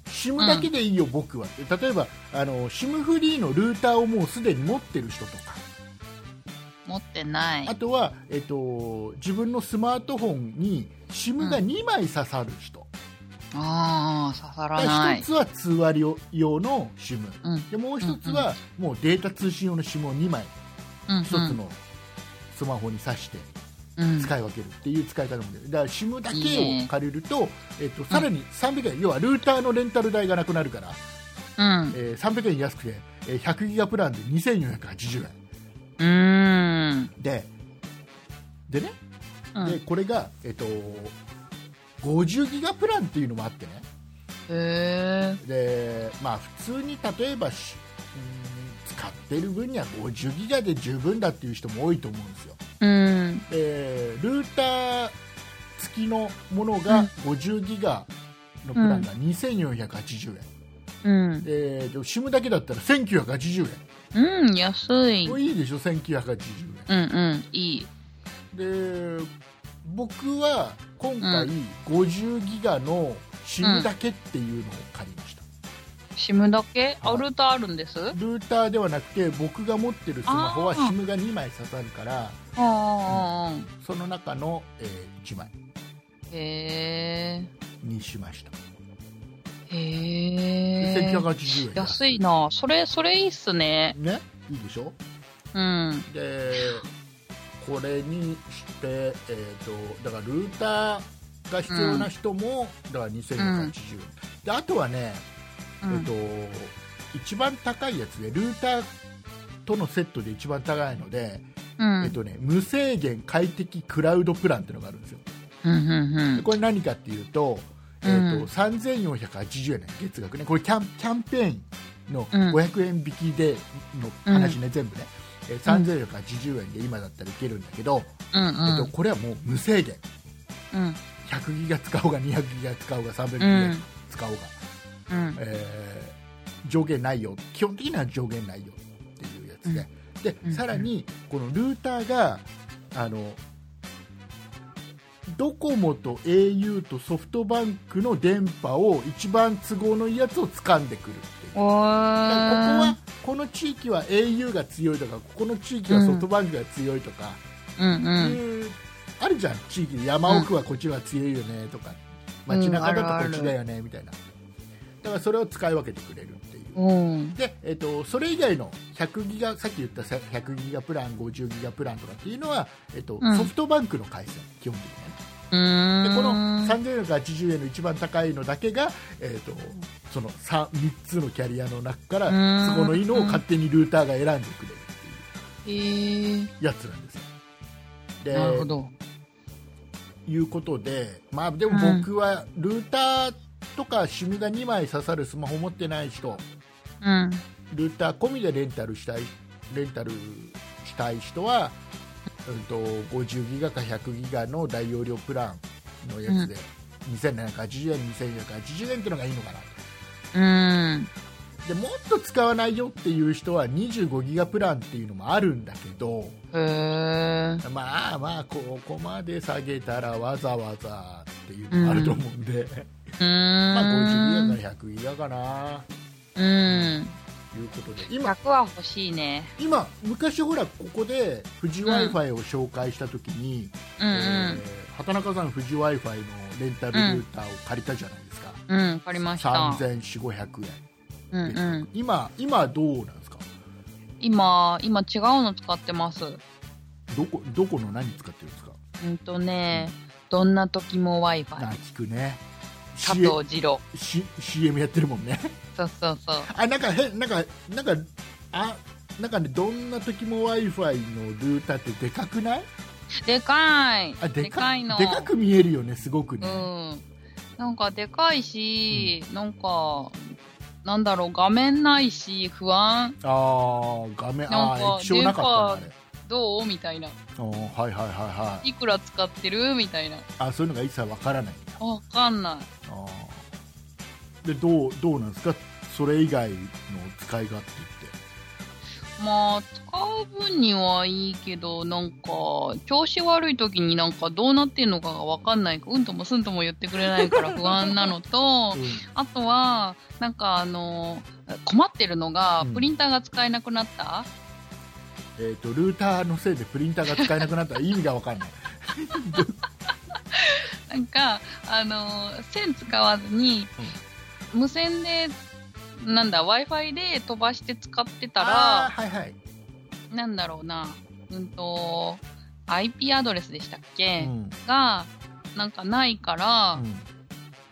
[SPEAKER 2] SIM だけでいいよ、僕はって例えばあの SIM フリーのルーターをもうすでに持ってる人とか
[SPEAKER 1] 持ってない
[SPEAKER 2] あとは、えっと自分のスマートフォンに SIM が
[SPEAKER 1] う
[SPEAKER 2] 2枚刺さる人、
[SPEAKER 1] ああ刺さらな
[SPEAKER 2] 1
[SPEAKER 1] い
[SPEAKER 2] つは通話料用の SIM
[SPEAKER 1] うん
[SPEAKER 2] でもう1つはもうデータ通信用の SIM を2枚
[SPEAKER 1] うん
[SPEAKER 2] 1つのスマホに挿して
[SPEAKER 1] うん
[SPEAKER 2] 使い分けるっていう使い方もでだから SIM だけ
[SPEAKER 1] いい
[SPEAKER 2] を
[SPEAKER 1] ね
[SPEAKER 2] 借りると、えっと、さらに300円、要はルーターのレンタル代がなくなるから、
[SPEAKER 1] うん
[SPEAKER 2] えー300円安くて、えー100ギガプランで2480円
[SPEAKER 1] うん
[SPEAKER 2] ででね、
[SPEAKER 1] うん
[SPEAKER 2] でこれが、えっと50ギガプランっていうのもあってね
[SPEAKER 1] へえ
[SPEAKER 2] で、まあ、普通に例えばしうーん使ってる分には50ギガで十分だっていう人も多いと思うんですよ
[SPEAKER 1] うん
[SPEAKER 2] でルーター付きのものが
[SPEAKER 1] うん
[SPEAKER 2] 50ギガのプランが2480円、
[SPEAKER 1] うん
[SPEAKER 2] えーと SIM だけだったら1980
[SPEAKER 1] うん安い
[SPEAKER 2] 円、
[SPEAKER 1] う
[SPEAKER 2] こ
[SPEAKER 1] ん
[SPEAKER 2] れいいでしょ1980円
[SPEAKER 1] うんいい
[SPEAKER 2] で僕は今回
[SPEAKER 1] う
[SPEAKER 2] 50ギガの SIM だけっていうのを借りました、
[SPEAKER 1] シムだけアルタあるんです
[SPEAKER 2] ルーターではなくて僕が持ってるスマホは
[SPEAKER 1] あー
[SPEAKER 2] SIM が2枚刺さるから
[SPEAKER 1] あああ
[SPEAKER 2] その中の、え1枚
[SPEAKER 1] へえ
[SPEAKER 2] にしました、
[SPEAKER 1] へ
[SPEAKER 2] で
[SPEAKER 1] え
[SPEAKER 2] 1980円だ
[SPEAKER 1] 安いなそれそれいいっすね
[SPEAKER 2] ねいいでしょ
[SPEAKER 1] うん
[SPEAKER 2] でこれにして、えー、とだからルーターが必要な人も、だから2480円、
[SPEAKER 1] うん
[SPEAKER 2] であとはね、
[SPEAKER 1] うん
[SPEAKER 2] えー、と一番高いやつでルーターとのセットで一番高いので、
[SPEAKER 1] うん
[SPEAKER 2] えっとね、無制限快適クラウドプランっていうのがあるんですよ
[SPEAKER 1] うんうんう
[SPEAKER 2] で
[SPEAKER 1] ん
[SPEAKER 2] これ何かっていうと,、えーと
[SPEAKER 1] うん
[SPEAKER 2] 3480円ね月額ねこれキャンキャンペーンの
[SPEAKER 1] うん
[SPEAKER 2] 500円引きでの話ね、全部ね、えー3480円で今だったらいけるんだけど、
[SPEAKER 1] うんうん
[SPEAKER 2] えっと、これはもう無制限
[SPEAKER 1] うん
[SPEAKER 2] 100ギガ使おうが200ギガ使おうが300ギ
[SPEAKER 1] う
[SPEAKER 2] ガ
[SPEAKER 1] ん
[SPEAKER 2] 使おうが、
[SPEAKER 1] うん
[SPEAKER 2] えー上限ないよ基本的には上限ないよっていうやつで、で、
[SPEAKER 1] うん
[SPEAKER 2] さらにこのルーターがあのドコモと au とソフトバンクの電波を一番都合のいいやつを掴んでくるっていう
[SPEAKER 1] お
[SPEAKER 2] だからここ
[SPEAKER 1] ー
[SPEAKER 2] はこの地域は au が強いとかここの地域はソフトバンクが強いと
[SPEAKER 1] う
[SPEAKER 2] か、
[SPEAKER 1] んう
[SPEAKER 2] い
[SPEAKER 1] ん
[SPEAKER 2] うあるじゃん地域で山奥はこっちが強いよねとか、
[SPEAKER 1] うん
[SPEAKER 2] 街
[SPEAKER 1] あ
[SPEAKER 2] 中だと
[SPEAKER 1] る
[SPEAKER 2] こ
[SPEAKER 1] あ
[SPEAKER 2] っ
[SPEAKER 1] る
[SPEAKER 2] ちだよねみたいなだからそれを使い分けてくれるっていう
[SPEAKER 1] うん
[SPEAKER 2] で、えっとそれ以外の100ギガさっき言ったさ100ギガプラン50ギガプランとかっていうのは、えっと
[SPEAKER 1] うん
[SPEAKER 2] ソフトバンクの回線基本的にはね
[SPEAKER 1] うーん
[SPEAKER 2] でこの3480円の一番高いのだけが、えー、とその 3, 3つのキャリアの中か
[SPEAKER 1] う
[SPEAKER 2] ら
[SPEAKER 1] ん
[SPEAKER 2] そこのいいのを勝手にルーターが選んでくれるっ
[SPEAKER 1] へー
[SPEAKER 2] ていうやつなんですよで
[SPEAKER 1] なるほど
[SPEAKER 2] いうことで、まあ、でも僕はルーターとか SIM が2枚刺さるスマホ持ってない人
[SPEAKER 1] うん
[SPEAKER 2] ルーター込みでレンタルしたいレンタルしたい人は、うん、と50ギガか100ギガの大容量プランのやつで、2780円2480円ってのがいいのかな
[SPEAKER 1] うん
[SPEAKER 2] でもっと使わないよっていう人は25ギガプランっていうのもあるんだけど
[SPEAKER 1] へえ
[SPEAKER 2] まあまあここまで下げたらわざわざっていうのもあると思うんで、
[SPEAKER 1] うーん
[SPEAKER 2] まあ50ギガから100ギガかな
[SPEAKER 1] うん
[SPEAKER 2] いうことで今
[SPEAKER 1] 100は欲しいね。
[SPEAKER 2] 今昔ほらここで富士 w i f i を紹介した時に、
[SPEAKER 1] うん
[SPEAKER 2] えー畑中さん富士 w i f i のレンタルルーターを借りたじゃないですか、
[SPEAKER 1] うん。うん、わかりました。
[SPEAKER 2] 3400500
[SPEAKER 1] うんう
[SPEAKER 2] 円、
[SPEAKER 1] ん。
[SPEAKER 2] 今今どうなんですか
[SPEAKER 1] 今、今違うの使ってます。
[SPEAKER 2] どこどこの何使ってるんですか
[SPEAKER 1] うんとね、どんな時も Wi-Fi
[SPEAKER 2] あ。聞くね
[SPEAKER 1] 加
[SPEAKER 2] CM,
[SPEAKER 1] 藤二郎。
[SPEAKER 2] C CM やってるもんね <laughs>
[SPEAKER 1] そうそうそう。
[SPEAKER 2] あなんか変なんかなんかあなんかねどんな時も w i f i のルーターってでかくない
[SPEAKER 1] でかい。
[SPEAKER 2] あでか
[SPEAKER 1] いの。
[SPEAKER 2] でかく見えるよねすごく
[SPEAKER 1] う
[SPEAKER 2] ね、
[SPEAKER 1] ん。なんかでかいし、なんか、なんだろう、画面ないし、不安
[SPEAKER 2] ああ画面あ
[SPEAKER 1] なんか
[SPEAKER 2] ー液晶なかったね
[SPEAKER 1] どうみたいな。
[SPEAKER 2] あれおーはいはいはいはい
[SPEAKER 1] いくら使ってるみたいな。
[SPEAKER 2] あそういうのが一切わからないんだ
[SPEAKER 1] わかんない。
[SPEAKER 2] あーでどうどうなんですかそれ以外の使い勝手って、
[SPEAKER 1] まあ、使う分にはいいけど、なんか、調子悪い時になんかどうなってんのかがわかんない。うんともすんとも言ってくれないから不安なのと
[SPEAKER 2] うん
[SPEAKER 1] あとは、なんかあの、困ってるのが、
[SPEAKER 2] うん
[SPEAKER 1] プリンターが使えなくなった、
[SPEAKER 2] えー、とルーターのせいでプリンターが使えなくなったら意味が分かんない
[SPEAKER 1] なんか、あのー線使わずに、無線で、なんだ、Wi-Fi で飛ばして使ってた
[SPEAKER 2] あー
[SPEAKER 1] ら、
[SPEAKER 2] はいはい、
[SPEAKER 1] なんだろうな、うんと、IP アドレスでしたっ
[SPEAKER 2] う
[SPEAKER 1] け、
[SPEAKER 2] ん
[SPEAKER 1] が、なんかないから、
[SPEAKER 2] うん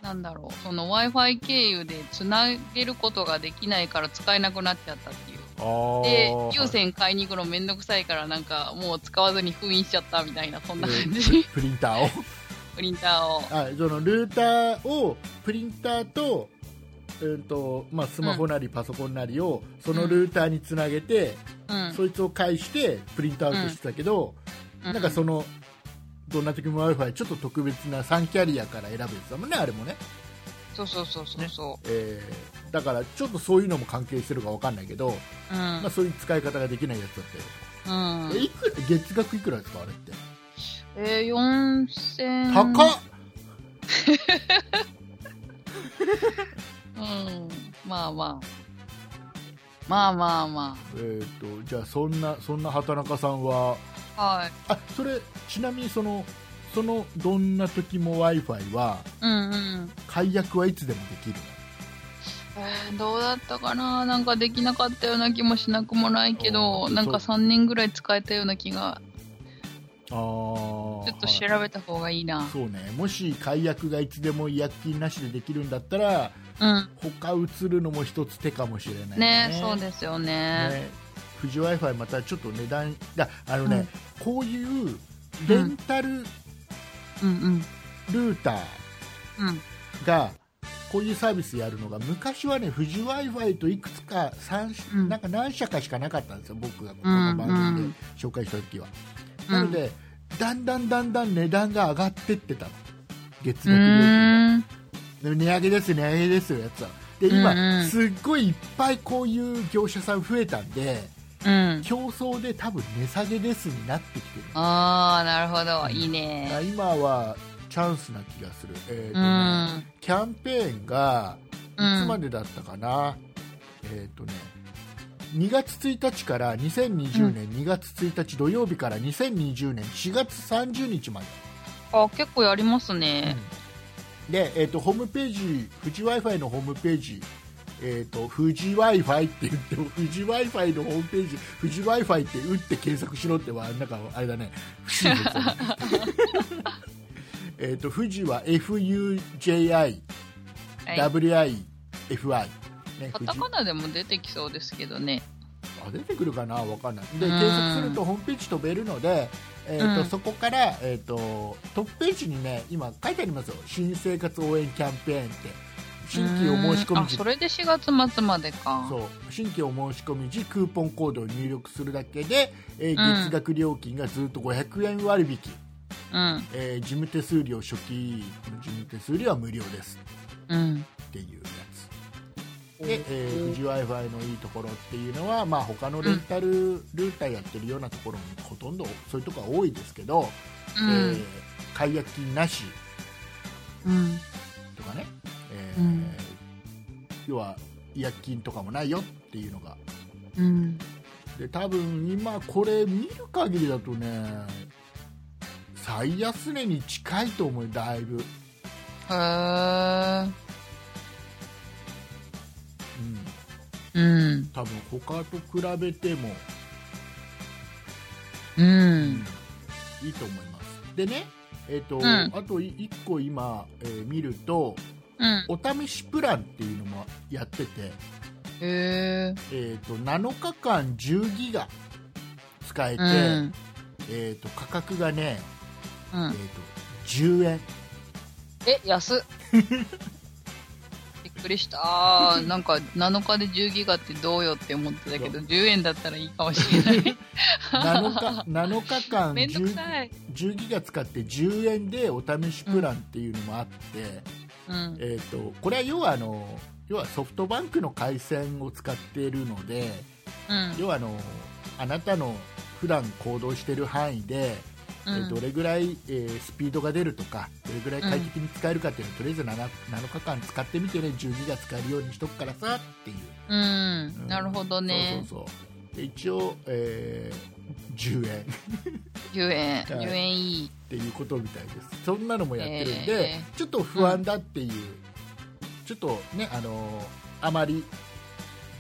[SPEAKER 1] なんだろう、その Wi-Fi 経由でつなげることができないから使えなくなっちゃったっていう。
[SPEAKER 2] あー
[SPEAKER 1] で、有線買いに行くのめんどくさいから、なんかもう使わずに封印しちゃったみたいな、そんな感じ。
[SPEAKER 2] プリンターを
[SPEAKER 1] <laughs> プリンターを。
[SPEAKER 2] あそのルーターをプリンターと,、うんとまあ、スマホなりパソコンなりをそのルーターにつなげて、
[SPEAKER 1] うん。
[SPEAKER 2] そいつを介してプリントアウトしてたけど、なんかそのどんな時も w i f i ちょっと特別な3キャリアから選べてたもんねあれもね、
[SPEAKER 1] そうそうそうそうそ
[SPEAKER 2] えーだからちょっとそういうのも関係してるか分かんないけど、
[SPEAKER 1] う。うん
[SPEAKER 2] まあ、。そういう使い方ができないやつだったよ
[SPEAKER 1] うん
[SPEAKER 2] え。いくら月額いくらですかあれって
[SPEAKER 1] えー、4000。
[SPEAKER 2] 高っ、
[SPEAKER 1] うん。まあまあ。まあまあま
[SPEAKER 2] えっとじゃあそんなそんな畑中さんは
[SPEAKER 1] あ。はい。
[SPEAKER 2] あそれちなみにそのそのどんな時も w i f i は
[SPEAKER 1] うんうん。
[SPEAKER 2] 解約はいつでもできる
[SPEAKER 1] えーどうだったかななんかできなかったような気もしなくもないけ
[SPEAKER 2] あ
[SPEAKER 1] ど、
[SPEAKER 2] ー
[SPEAKER 1] なんか
[SPEAKER 2] そ
[SPEAKER 1] 3年ぐらい使えたような気が、
[SPEAKER 2] あ
[SPEAKER 1] ち
[SPEAKER 2] あ
[SPEAKER 1] ょっと調べた方がいいな。
[SPEAKER 2] そうねもし解約がいつでも違約金なしでできるんだったら
[SPEAKER 1] うん。
[SPEAKER 2] 他移るのも一つ手かもしれない
[SPEAKER 1] ねそう
[SPEAKER 2] す
[SPEAKER 1] ですよね。
[SPEAKER 2] 富士 w i f i またちょっと値段があのね、こういうレンタルル
[SPEAKER 1] うんうん。
[SPEAKER 2] ータ
[SPEAKER 1] うん。
[SPEAKER 2] ーがこういうサービスやるのが昔はね富士 w i f i といくつか三
[SPEAKER 1] うん
[SPEAKER 2] なんか何社かしかなかったんですよ僕がこの番組で紹介した時は、
[SPEAKER 1] うん
[SPEAKER 2] なのでだんだんだんだん値段が上がってってたの月
[SPEAKER 1] う
[SPEAKER 2] 額料金が。
[SPEAKER 1] ーん。
[SPEAKER 2] で値上げですよ値上げですよやつはで今、
[SPEAKER 1] うんうん
[SPEAKER 2] すっごいいっぱいこういう業者さん増えたんで
[SPEAKER 1] うん。
[SPEAKER 2] 競争で多分値下げですになってきてる、
[SPEAKER 1] あー、なるほど。いい
[SPEAKER 2] だ
[SPEAKER 1] ね
[SPEAKER 2] から。今はチャンスな気がする、えー
[SPEAKER 1] う
[SPEAKER 2] と
[SPEAKER 1] ん。
[SPEAKER 2] ね
[SPEAKER 1] あ
[SPEAKER 2] キャンペーンがい
[SPEAKER 1] うん
[SPEAKER 2] つまでだったかな、えっ、とね2月1日から2020年2月1日土曜日から2020年4月30日まで、
[SPEAKER 1] 結構やりますね。
[SPEAKER 2] で、えー、とホームページ富士 w i f i のホームページ、えー、と富士 w i f i って言っても富士 w i f i のホームページ富士 w i f i って打って検索しろってはなんかあれだね不審です
[SPEAKER 1] <laughs>
[SPEAKER 2] よねえーと富士は FUJIWIFI、
[SPEAKER 1] はい。
[SPEAKER 2] ね、
[SPEAKER 1] カ
[SPEAKER 2] 富
[SPEAKER 1] タ
[SPEAKER 2] 士
[SPEAKER 1] カナでも出てきそうですけどね。
[SPEAKER 2] あ出てくるかなわかんないで
[SPEAKER 1] うん
[SPEAKER 2] 検索するとホームページ飛べるので、えーと
[SPEAKER 1] うん
[SPEAKER 2] そこから、えー、とトップページにね今書いてありますよ新生活応援キャンペーンって新規お申し込
[SPEAKER 1] うん
[SPEAKER 2] み
[SPEAKER 1] あ、
[SPEAKER 2] 時
[SPEAKER 1] それで4月末までか。
[SPEAKER 2] そう新規お申し込み時クーポンコードを入力するだけで、えー
[SPEAKER 1] うん
[SPEAKER 2] 月額料金がずっと500円割引、
[SPEAKER 1] うん。
[SPEAKER 2] えー事務手数料初期の事務手数料は無料です
[SPEAKER 1] うん。
[SPEAKER 2] っていうやつで、えー、富士 w i f i のいいところっていうのは、まあ、他のレンタルルーターやってるようなところもほとんどそういうとこは多いですけど、
[SPEAKER 1] う
[SPEAKER 2] え
[SPEAKER 1] ん
[SPEAKER 2] ー。解約金なし
[SPEAKER 1] うん。
[SPEAKER 2] とかね、えー
[SPEAKER 1] うん
[SPEAKER 2] 要は違約金とかもないよっていうのが
[SPEAKER 1] うん。
[SPEAKER 2] で多分今これ見る限りだとね最安値に近いと思うだいぶ、うん、
[SPEAKER 1] へー。うん。
[SPEAKER 2] 多分他と比べても、
[SPEAKER 1] う。
[SPEAKER 2] うんんいいと思いますでねえっ、と、
[SPEAKER 1] ん
[SPEAKER 2] あと1個今、えー見ると
[SPEAKER 1] うん。
[SPEAKER 2] お試しプランっていうのもやってて、
[SPEAKER 1] へ
[SPEAKER 2] えー、と7日間10ギガ使え
[SPEAKER 1] ー。
[SPEAKER 2] て、
[SPEAKER 1] うん。
[SPEAKER 2] えー、と価格がね、
[SPEAKER 1] う
[SPEAKER 2] えー、
[SPEAKER 1] ん
[SPEAKER 2] と。10円
[SPEAKER 1] え、
[SPEAKER 2] <laughs>
[SPEAKER 1] 安っ。びっくりした。なんか、7日で10ギガってどうよって思ってたけど、10円だったらいいかもしれない。
[SPEAKER 2] 7日7日間
[SPEAKER 1] <laughs> めんどく
[SPEAKER 2] 10
[SPEAKER 1] さい。
[SPEAKER 2] 10ギガ使って10円でお試しプランっていうのもあって、
[SPEAKER 1] うん。
[SPEAKER 2] えー、とこれは要はあの要はソフトバンクの回線を使っているので
[SPEAKER 1] うん。
[SPEAKER 2] 要はあのあなたの普段行動している範囲で、
[SPEAKER 1] う
[SPEAKER 2] えーど
[SPEAKER 1] ん。
[SPEAKER 2] れぐらい、えースピードが出るとかどれぐらい快適に使えるかっていうのを、とりあえず 7, 7日間使ってみてね10ギガ使えるようにしとくからさっていう、
[SPEAKER 1] うん。
[SPEAKER 2] ん
[SPEAKER 1] なるほどね。
[SPEAKER 2] そうそうそうで一応、えー10円っ
[SPEAKER 1] 10円。
[SPEAKER 2] はい
[SPEAKER 1] 10円いい。
[SPEAKER 2] ていうことみたいですそんなのもやってるんで、
[SPEAKER 1] え
[SPEAKER 2] ちょっと不安だっていう、ちょっとねあのーあまり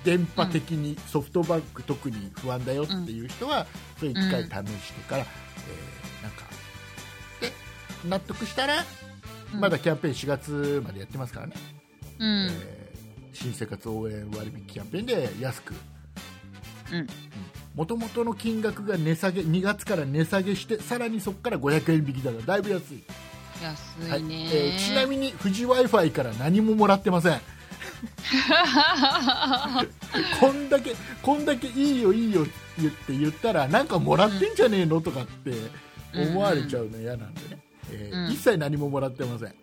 [SPEAKER 2] 電波的にソフトバンク特に不安だよっていう人は、それ一回試してから、えーなんかで納得したら
[SPEAKER 1] うん
[SPEAKER 2] まだキャンペーン4月までやってますからね、
[SPEAKER 1] うん。
[SPEAKER 2] えー新生活応援割引キャンペーンで安く
[SPEAKER 1] うん。
[SPEAKER 2] もともとの金額が値下げ2月から値下げしてさらにそこから500円引きだからだいぶ安い、
[SPEAKER 1] 安いね。
[SPEAKER 2] えー
[SPEAKER 1] <laughs>
[SPEAKER 2] ちなみに富士 w i f i から何ももらってませんこんだけこんだけいいよいいよ言って言ったらなんかもらってんじゃねえのとかって思われちゃうの嫌なんでね、えー
[SPEAKER 1] うん
[SPEAKER 2] 一切何ももらってません、
[SPEAKER 1] うん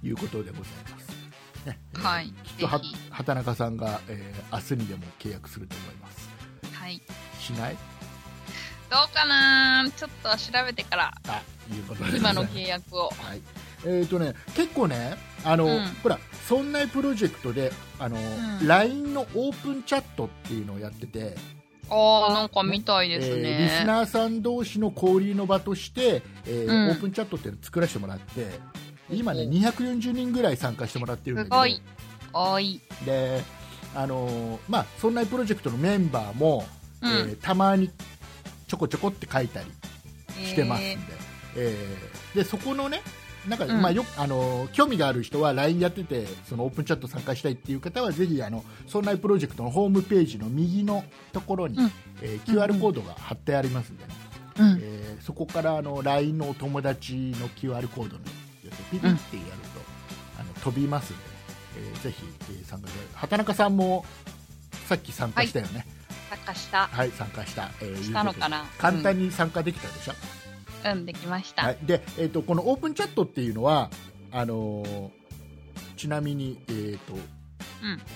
[SPEAKER 2] ということでございます、ね
[SPEAKER 1] はい
[SPEAKER 2] きっとは
[SPEAKER 1] ぜひ
[SPEAKER 2] 畑中さんが、えー明日にでも契約すると思います
[SPEAKER 1] はい。
[SPEAKER 2] しない
[SPEAKER 1] どうかなちょっと調べて
[SPEAKER 2] <laughs>
[SPEAKER 1] から、
[SPEAKER 2] あいうことで
[SPEAKER 1] 今の
[SPEAKER 2] ござい
[SPEAKER 1] 契約
[SPEAKER 2] <laughs>
[SPEAKER 1] を。
[SPEAKER 2] ますはいえーとね、結構ねあの、
[SPEAKER 1] うん
[SPEAKER 2] ほら「そんなプロジェクトで」あの、
[SPEAKER 1] ん
[SPEAKER 2] LINE のオープンチャットっていうのをやってて、
[SPEAKER 1] ああ、なんかみたいです
[SPEAKER 2] えーリス
[SPEAKER 1] ね。
[SPEAKER 2] ナーさん同士の交流の場として、えー
[SPEAKER 1] うん
[SPEAKER 2] オープンチャットっていうのを作らせてもらって今ね
[SPEAKER 1] うん
[SPEAKER 2] 240人ぐらい参加してもらってるんだ
[SPEAKER 1] す
[SPEAKER 2] けど
[SPEAKER 1] ごい。多い。
[SPEAKER 2] であのーまあ、そんなプロジェクトのメンバーも、
[SPEAKER 1] う
[SPEAKER 2] え
[SPEAKER 1] ん。
[SPEAKER 2] ーたまにちょこちょこって書いたりしてますんで,、
[SPEAKER 1] え
[SPEAKER 2] えーでそこのねなんか、
[SPEAKER 1] うん
[SPEAKER 2] まあよあのー興味がある人は LINE やっててそのオープンチャット参加したいっていう方はぜひあのそんなプロジェクトのホームページの右のところに、
[SPEAKER 1] うん
[SPEAKER 2] えー
[SPEAKER 1] うんう
[SPEAKER 2] QR
[SPEAKER 1] ん
[SPEAKER 2] コードが貼ってありますんでね、
[SPEAKER 1] ーうん。
[SPEAKER 2] えーそこからあの LINE のお友達の QR コードのやつをピピってやると、あの飛びますんで、えーぜひ、えー参加して畑中さんもさっき参加したよね
[SPEAKER 1] 参加した。
[SPEAKER 2] はい、参加した、えー
[SPEAKER 1] したのかな
[SPEAKER 2] いうことで簡単に参加できたでしょ、
[SPEAKER 1] うん、できまし
[SPEAKER 2] は
[SPEAKER 1] た。
[SPEAKER 2] い、で、えー、とこのオープンチャットっていうのはあのーちなみに、えー、と
[SPEAKER 1] うん。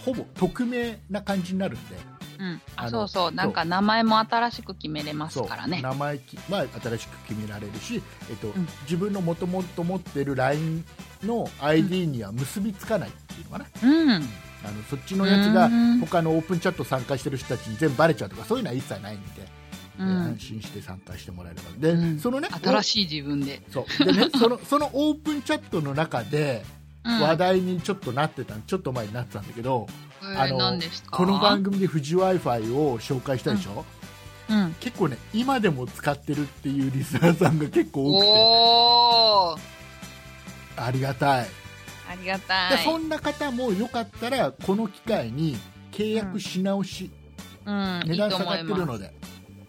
[SPEAKER 2] ほぼ匿名な感じになるんで
[SPEAKER 1] うん。
[SPEAKER 2] あ
[SPEAKER 1] あ、そ
[SPEAKER 2] の
[SPEAKER 1] うそう。なんか名前も新しく決めれますからね。
[SPEAKER 2] 名前き、まあ、新しく決められるし、えっと
[SPEAKER 1] ん
[SPEAKER 2] 自分のもともと持ってる LINE の ID には結びつかないっていうのかな、
[SPEAKER 1] うん。
[SPEAKER 2] あのそっちのやつが
[SPEAKER 1] うん
[SPEAKER 2] 他のオープンチャット参加してる人たちに全部バレちゃうとかそういうのは一切ないんで、
[SPEAKER 1] う
[SPEAKER 2] えー
[SPEAKER 1] ん
[SPEAKER 2] 安。心して参加してもらえればで、
[SPEAKER 1] うん
[SPEAKER 2] そのね
[SPEAKER 1] 新しい自分で。
[SPEAKER 2] そうでねそのそのオープンチャットの中で
[SPEAKER 1] うん。
[SPEAKER 2] 話題にちょっとなってたちょっと前になってたんだけど、
[SPEAKER 1] え
[SPEAKER 2] あ
[SPEAKER 1] ー
[SPEAKER 2] の
[SPEAKER 1] 何ですか
[SPEAKER 2] この番組で富士 w i f i を紹介したでしょ、
[SPEAKER 1] うん。
[SPEAKER 2] 結構ね今でも使ってるっていうリスナーさんが結構多くて。
[SPEAKER 1] おー。
[SPEAKER 2] ありがたい、
[SPEAKER 1] ありがた
[SPEAKER 2] で
[SPEAKER 1] い。
[SPEAKER 2] そんな方もよかったらこの機会に契約し直し、
[SPEAKER 1] うん。い
[SPEAKER 2] 値
[SPEAKER 1] い
[SPEAKER 2] 段
[SPEAKER 1] と
[SPEAKER 2] 下
[SPEAKER 1] 思
[SPEAKER 2] が
[SPEAKER 1] い
[SPEAKER 2] ってる
[SPEAKER 1] ま
[SPEAKER 2] の
[SPEAKER 1] す。
[SPEAKER 2] で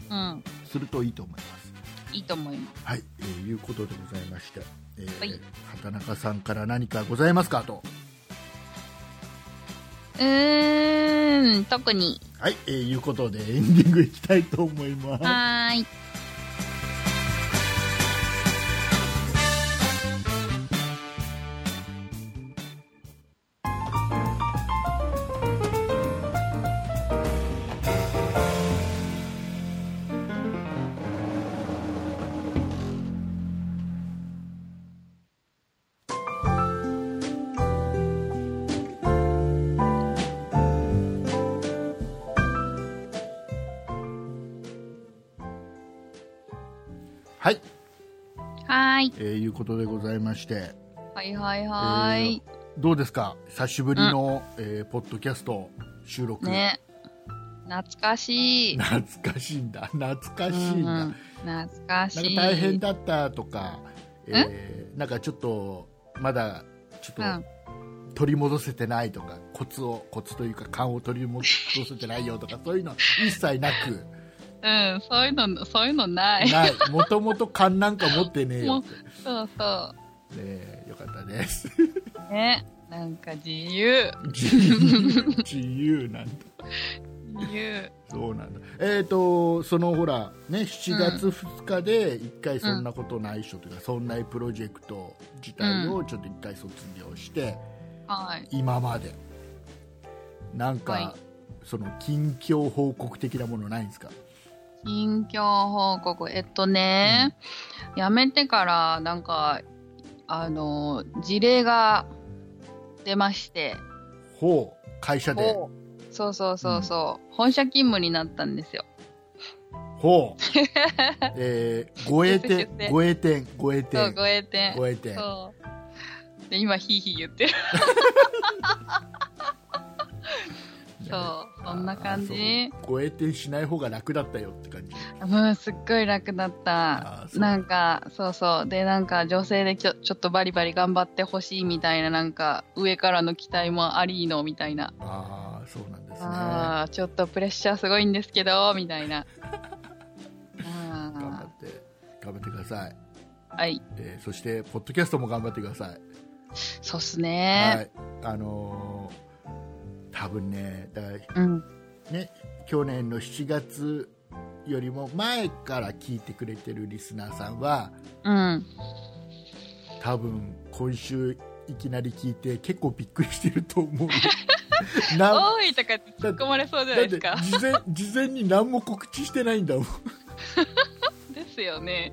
[SPEAKER 1] うん。
[SPEAKER 2] するといいと思います
[SPEAKER 1] いいと思います。
[SPEAKER 2] はい、えーいうことでございまして、えー
[SPEAKER 1] はい
[SPEAKER 2] 畑中さんから何かございますかと
[SPEAKER 1] うーん。特に。
[SPEAKER 2] はい、えーいうことでエンディングいきたいと思います
[SPEAKER 1] はーい。
[SPEAKER 2] はい、
[SPEAKER 1] はーい。
[SPEAKER 2] えーいうことでございまして
[SPEAKER 1] はいはいはーい。
[SPEAKER 2] どうですか久しぶりの、えーポッドキャスト収録、
[SPEAKER 1] ね。懐かしい。
[SPEAKER 2] 懐かしいんだ <laughs> 懐かしいんだ、
[SPEAKER 1] うんうん懐か
[SPEAKER 2] な
[SPEAKER 1] し
[SPEAKER 2] ん
[SPEAKER 1] い。
[SPEAKER 2] か大変だったとか、えーなんかちょっとまだちょっと、
[SPEAKER 1] うん
[SPEAKER 2] 取り戻せてないとかコツをコツというか勘を取り戻せてないよとかそういうの一切なく
[SPEAKER 1] うん、そういうの、そういうのない。
[SPEAKER 2] ないもともと勘なんか持ってねえよって
[SPEAKER 1] そうそ
[SPEAKER 2] ねえよかったです
[SPEAKER 1] う。ね。なんか自由。
[SPEAKER 2] 自由自由なんだ
[SPEAKER 1] 自由。
[SPEAKER 2] そうなんだえっ、とそのほらね7月2日で一回そんなことないっしょというか、そんなプロジェクト自体をちょっと一回卒業して、
[SPEAKER 1] はい。
[SPEAKER 2] 今までなんか、
[SPEAKER 1] はい
[SPEAKER 2] その近況報告的なものないんですか
[SPEAKER 1] 近況報告。えっとね、辞めてから、なんか、あの、事例が出まして。
[SPEAKER 2] ほう会社で
[SPEAKER 1] そうそうそうそう。本社勤務になったんですよ。
[SPEAKER 2] ほうえー、護衛
[SPEAKER 1] 出
[SPEAKER 2] 店
[SPEAKER 1] 世
[SPEAKER 2] 護衛店護衛
[SPEAKER 1] そう、
[SPEAKER 2] 店
[SPEAKER 1] ご栄転。
[SPEAKER 2] 護衛店
[SPEAKER 1] そう。で、今、ひいひい言ってる。そう、そんな感じ。
[SPEAKER 2] あそう護衛店しない方が楽だったよって感じ
[SPEAKER 1] うん、すっごい楽だっ
[SPEAKER 2] あ
[SPEAKER 1] た。
[SPEAKER 2] そう
[SPEAKER 1] なんか、そうそう。で、なんか、女性でちょちょっとバリバリ頑張ってほしいみたいな、なんか、上からの期待もありの、みたいな。
[SPEAKER 2] ああそうなんですね
[SPEAKER 1] ああ、ちょっとプレッシャーすごいんですけど、みたいな。あ
[SPEAKER 2] 頑張
[SPEAKER 1] ー
[SPEAKER 2] って頑張ってください、
[SPEAKER 1] はい。
[SPEAKER 2] えーそしてポッドキャストも頑張ってください
[SPEAKER 1] そうっす
[SPEAKER 2] は
[SPEAKER 1] ね。
[SPEAKER 2] いあのー多分ねだから
[SPEAKER 1] うん。
[SPEAKER 2] ね、去年の7月よりも前から聞いてくれてるリスナーさんは
[SPEAKER 1] うん。
[SPEAKER 2] 多分今週いきなり聞いて結構びっくりしてると思う
[SPEAKER 1] <laughs>
[SPEAKER 2] な
[SPEAKER 1] おーいとかって突っ込まれそうじゃな
[SPEAKER 2] だっ
[SPEAKER 1] いです
[SPEAKER 2] て
[SPEAKER 1] か。
[SPEAKER 2] 事前事前に何も告知してないんだもん
[SPEAKER 1] ですよね。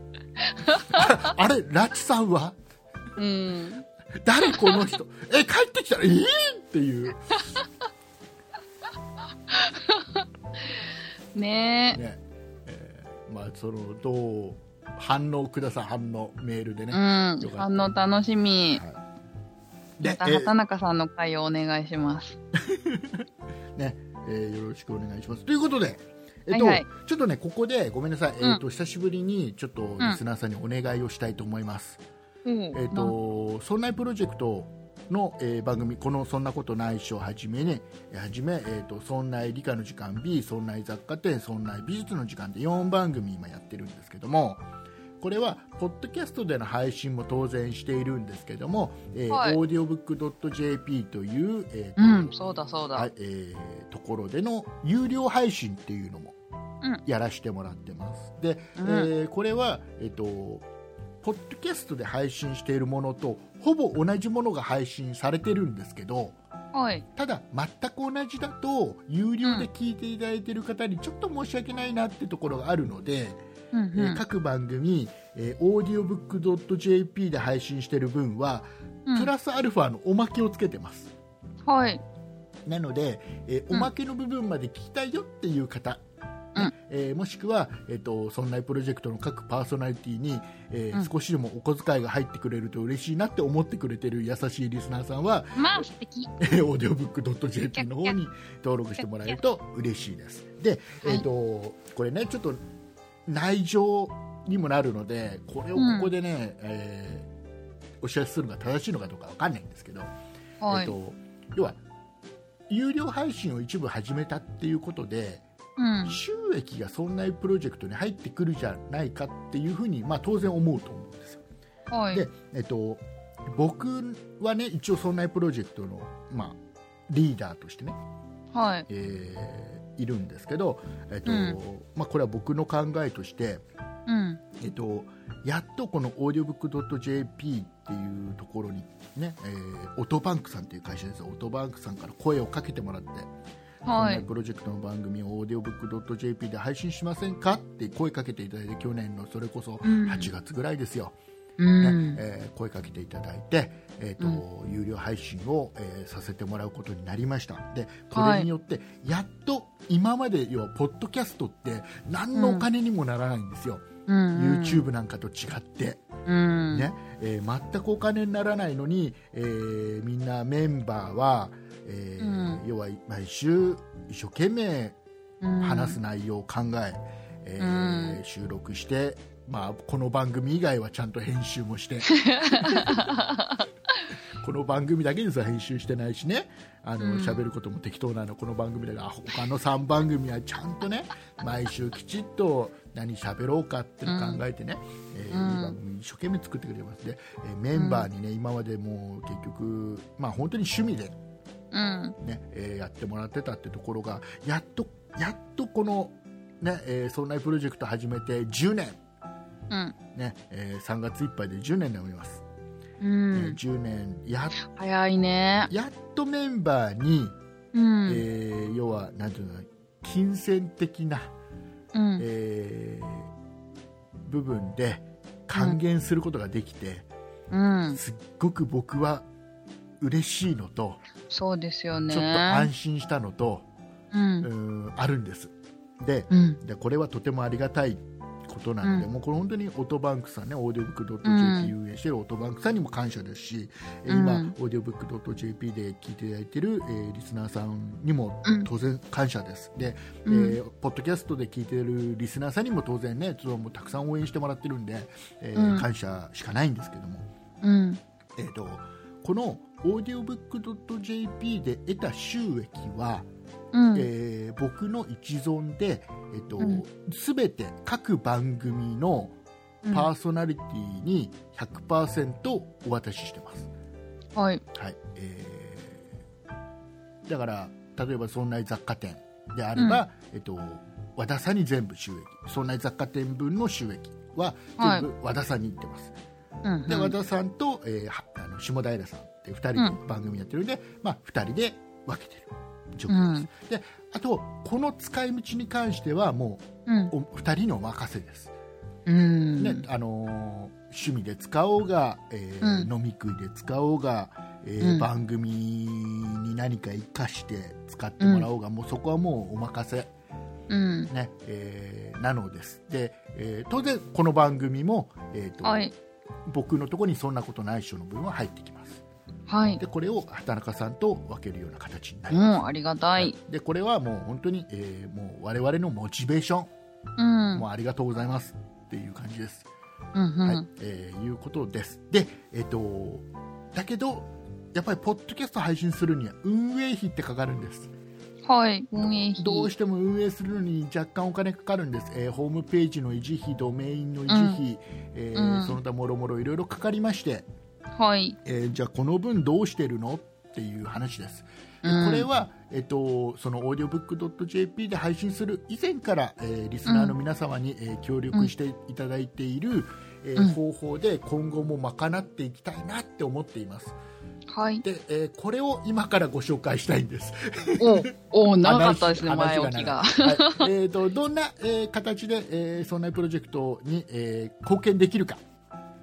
[SPEAKER 2] あれラチさんは
[SPEAKER 1] うん。
[SPEAKER 2] 誰この人え帰ってきたらえー、っていう、
[SPEAKER 1] ね
[SPEAKER 2] ねえーまあ、そのどう反応ください反応メールで
[SPEAKER 1] え。
[SPEAKER 2] ね、
[SPEAKER 1] う
[SPEAKER 2] は
[SPEAKER 1] ん
[SPEAKER 2] よ。かっ
[SPEAKER 1] 反応楽しみ。
[SPEAKER 2] いで
[SPEAKER 1] また
[SPEAKER 2] えー
[SPEAKER 1] 畑中さんの回をお願いします。
[SPEAKER 2] ね、えーよろしくお願いします。ということで、えっと
[SPEAKER 1] はいはい
[SPEAKER 2] ちょっとね、ここでごめんなさい、
[SPEAKER 1] うん
[SPEAKER 2] えっと久しぶりにちょっとリスナーさんにお願いをしたいと思います。
[SPEAKER 1] うん
[SPEAKER 2] えっと、そんなプロジェクトの、えー番組、このそんなことないっしょをはじめね、はじめ、えっと、そんな理科の時間 B、そんな雑貨店、そんな美術の時間で4番組今やってるんですけども、これは、ポッドキャストでの配信も当然しているんですけども、えー
[SPEAKER 1] はい
[SPEAKER 2] オーディオブックドット JP という、えっと
[SPEAKER 1] うん、そうだそうだ。
[SPEAKER 2] はいえーところでの有料配信っていうのも
[SPEAKER 1] うん
[SPEAKER 2] やらせてもらってます、で、
[SPEAKER 1] うん
[SPEAKER 2] えーこれは、えっとポッドキャストで配信しているものとほぼ同じものが配信されてるんですけど
[SPEAKER 1] はい。
[SPEAKER 2] ただ全く同じだと有料で聞いていただいている方にちょっと申し訳ないなってところがあるので、
[SPEAKER 1] うん
[SPEAKER 2] え
[SPEAKER 1] う
[SPEAKER 2] ー
[SPEAKER 1] ん。
[SPEAKER 2] 各番組、えー、audiobook.jp で配信している分は、
[SPEAKER 1] うん
[SPEAKER 2] プラスアルファのおまけをつけてます
[SPEAKER 1] はい。
[SPEAKER 2] なので、えー
[SPEAKER 1] うん
[SPEAKER 2] おまけの部分まで聞きたいよっていう方、
[SPEAKER 1] うん
[SPEAKER 2] ねえーもしくは、えーと「そんなプロジェクト」の各パーソナリティに、えー
[SPEAKER 1] うん
[SPEAKER 2] 少しでもお小遣いが入ってくれると嬉しいなって思ってくれてる優しいリスナーさんは、
[SPEAKER 1] まあ、素敵。
[SPEAKER 2] えー、オーディオブックドット JP の方に登録してもらえると嬉しいです。で、えーとこれねちょっと内情にもなるのでこれをここでね、えーお知らせするのが正しいのかどうかわかんないんですけど、
[SPEAKER 1] は
[SPEAKER 2] えっ
[SPEAKER 1] い。
[SPEAKER 2] と、要は有料配信を一部始めたっていうことで
[SPEAKER 1] うん。
[SPEAKER 2] 収益がそんなプロジェクトに入ってくるじゃないかっていうふうに、まあ、当然思うと思うんですよ。
[SPEAKER 1] はい。
[SPEAKER 2] で、えっと、僕はね一応そんなプロジェクトの、まあ、リーダーとしてね、
[SPEAKER 1] はい。
[SPEAKER 2] えーいるんですけど、えっと
[SPEAKER 1] うん
[SPEAKER 2] まあ、これは僕の考えとして、
[SPEAKER 1] うん。
[SPEAKER 2] えっと、やっとこのオーディオブックドット JP っていうところにね、えーオトバンクさんっていう会社ですオトバンクさんから声をかけてもらって、
[SPEAKER 1] は
[SPEAKER 2] こん
[SPEAKER 1] い
[SPEAKER 2] な。プロジェクトの番組をオーディオブックドット JP で配信しませんかって声かけていただいて去年のそれこそ
[SPEAKER 1] うん
[SPEAKER 2] 8月ぐらいですよ、
[SPEAKER 1] う
[SPEAKER 2] ね
[SPEAKER 1] ん。
[SPEAKER 2] えー声かけていただいて、えーと有料配信を、えーさせてもらうことになりましたでこれによってやっと今まで要はポッドキャストって何のお金にもならないんです
[SPEAKER 1] う
[SPEAKER 2] よ、
[SPEAKER 1] んうん
[SPEAKER 2] YouTube なんかと違って、
[SPEAKER 1] うん
[SPEAKER 2] ねえー全くお金にならないのに、えーみんなメンバーは、えー要は毎週一生懸命
[SPEAKER 1] うん
[SPEAKER 2] 話す内容を考え、えー収録して、まあ、この番組以外はちゃんと編集
[SPEAKER 1] <laughs>
[SPEAKER 2] もしてこの番組だけですら編集してないしねあ
[SPEAKER 1] う
[SPEAKER 2] の
[SPEAKER 1] ん
[SPEAKER 2] 喋、ることも適当なのこの番組だからあ他の3番組はちゃんと
[SPEAKER 1] <laughs>
[SPEAKER 2] ね毎週きちっと何喋ろうかってのを考えてね、えー
[SPEAKER 1] うん
[SPEAKER 2] いい番組一生懸命作ってくれますで、えーメンバーにね今までもう結局、まあ、本当に趣味で
[SPEAKER 1] うん
[SPEAKER 2] ねえーやってもらってたってところがやっとやっとこの、ねえー、そんなプロジェクト始めて10年、
[SPEAKER 1] うん
[SPEAKER 2] ねえー3月いっぱいで10年になります、
[SPEAKER 1] う
[SPEAKER 2] ね
[SPEAKER 1] ん
[SPEAKER 2] 10年や
[SPEAKER 1] 早いね
[SPEAKER 2] やっとメンバーに、
[SPEAKER 1] うん
[SPEAKER 2] えー要はなんていうの金銭的な、
[SPEAKER 1] うん
[SPEAKER 2] えー部分で還元することができて、
[SPEAKER 1] うん
[SPEAKER 2] すっごく僕は嬉しいのと、
[SPEAKER 1] そうですよね
[SPEAKER 2] ちょっと安心したのと、
[SPEAKER 1] うん
[SPEAKER 2] うんあるんですで、
[SPEAKER 1] うん
[SPEAKER 2] でこれはとてもありがたいことなので、
[SPEAKER 1] う
[SPEAKER 2] もうこれ本当にオートバンクさんねオーディオブックドット JP 運営してるオートバンクさんにも感謝ですし、えー今
[SPEAKER 1] うん
[SPEAKER 2] オーディオブックドット JP で聞いていただいてる、えーリスナーさんにも
[SPEAKER 1] うん
[SPEAKER 2] 当然感謝です、で、えーポッドキャストで聞いてるリスナーさんにも当然ねそれはもうたくさん応援してもらってるんで、えー
[SPEAKER 1] うん
[SPEAKER 2] 感謝しかないんですけども、
[SPEAKER 1] うん
[SPEAKER 2] えー、とこのオーディオブックドット JP で得た収益は、
[SPEAKER 1] うん
[SPEAKER 2] えー僕の一存で、えっと
[SPEAKER 1] うん
[SPEAKER 2] 全て各番組の
[SPEAKER 1] うん
[SPEAKER 2] パーソナリティに100%お渡ししてます、
[SPEAKER 1] はい
[SPEAKER 2] はいえーだから例えば「そんな雑貨店」であれば、えっと、和田さんに全部収益「そんな雑貨店」分の収益は
[SPEAKER 1] はい
[SPEAKER 2] 全部和田さんにいってます、
[SPEAKER 1] うん
[SPEAKER 2] で
[SPEAKER 1] う
[SPEAKER 2] 和
[SPEAKER 1] ん
[SPEAKER 2] 田さんと、えーはあの下平さんって2人で番組やってるんで、まあ、2人で分けてる状況です、であとこの使い道に関してはも
[SPEAKER 1] うん
[SPEAKER 2] うお2人のお任せです、
[SPEAKER 1] うん
[SPEAKER 2] ねあのー趣味で使おうが、えー
[SPEAKER 1] うん
[SPEAKER 2] 飲み食いで使おうが、え
[SPEAKER 1] う
[SPEAKER 2] ー
[SPEAKER 1] ん
[SPEAKER 2] 番組に何か生かして使ってもらおうが、もうそこはもうお任せ、
[SPEAKER 1] うん
[SPEAKER 2] ねえーなのですで、えー当然この番組も、えーと
[SPEAKER 1] はい
[SPEAKER 2] 僕のところにそんなことない人の分は入ってきます
[SPEAKER 1] はい
[SPEAKER 2] でこれを畑中さんと分けるような形になります、
[SPEAKER 1] もうありがたい
[SPEAKER 2] でこれはもう本当に、えーもう我々のモチベーション、
[SPEAKER 1] うん
[SPEAKER 2] もうありがとうございますっていう感じです、
[SPEAKER 1] うんう
[SPEAKER 2] はい
[SPEAKER 1] ん
[SPEAKER 2] えーいうことですでえっ、とだけどやっぱりポッドキャスト配信するには運営費ってかかるんです
[SPEAKER 1] はい運営費
[SPEAKER 2] どうしても運営するのに若干お金かかるんです、えーホームページの維持費ドメインの維持費、えー
[SPEAKER 1] うん
[SPEAKER 2] その他もろもろいろいろかかりまして、
[SPEAKER 1] はい
[SPEAKER 2] えーじゃあこの分どうしてるのっていう話です、で
[SPEAKER 1] うん
[SPEAKER 2] これは、えっと、そのオーディオブックドット JP で配信する以前から、えーリスナーの皆様に、えー協力していただいている、え
[SPEAKER 1] う
[SPEAKER 2] ー
[SPEAKER 1] ん
[SPEAKER 2] 方法で今後も賄っていきたいなって思っています
[SPEAKER 1] はい
[SPEAKER 2] で、えーこれを今からご紹介したいんです
[SPEAKER 1] おお長かったですね
[SPEAKER 2] 話
[SPEAKER 1] 前
[SPEAKER 2] が
[SPEAKER 1] 置きが
[SPEAKER 2] 話が長いはいえーとどんな、えー形で、えー、そんなプロジェクトに、えー貢献できるか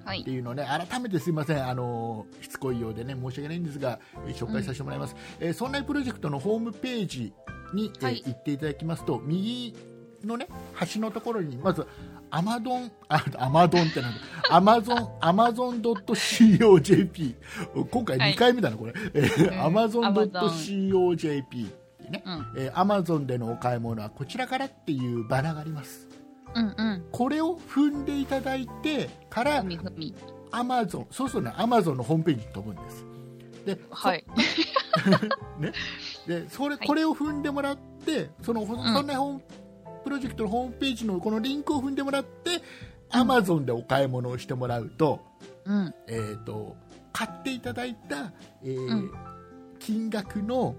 [SPEAKER 1] は
[SPEAKER 2] って
[SPEAKER 1] い
[SPEAKER 2] いうのをね改めてすいませんあのしつこいようでね申し訳ないんですが、えー紹介させてもらいます、えーそんなプロジェクトのホームページに、えー
[SPEAKER 1] はい
[SPEAKER 2] 行っていただきますと右のね端のところにまずアマゾンあアマゾンって
[SPEAKER 1] <laughs>
[SPEAKER 2] なんだアマゾンアマゾン .co.jp 今回2回目だな、これ、えー、アマゾン .co.jp っていうね、
[SPEAKER 1] うん
[SPEAKER 2] えー、アマゾンでのお買い物はこちらからっていうバナーがあります
[SPEAKER 1] うんうん
[SPEAKER 2] これを踏んでいただいてから、
[SPEAKER 1] ふみふみ
[SPEAKER 2] アマゾンそうするとねアマゾンのホームページに飛ぶんですで,そ、
[SPEAKER 1] はい
[SPEAKER 2] でそれ
[SPEAKER 1] はい
[SPEAKER 2] これを踏んでもらってその、ほ
[SPEAKER 1] ん
[SPEAKER 2] そんなホームプロジェクトのホームページのこのリンクを踏んでもらってアマゾンでお買い物をしてもらうと,、
[SPEAKER 1] うん
[SPEAKER 2] えー、と買っていただいた、えー
[SPEAKER 1] うん
[SPEAKER 2] 金額の、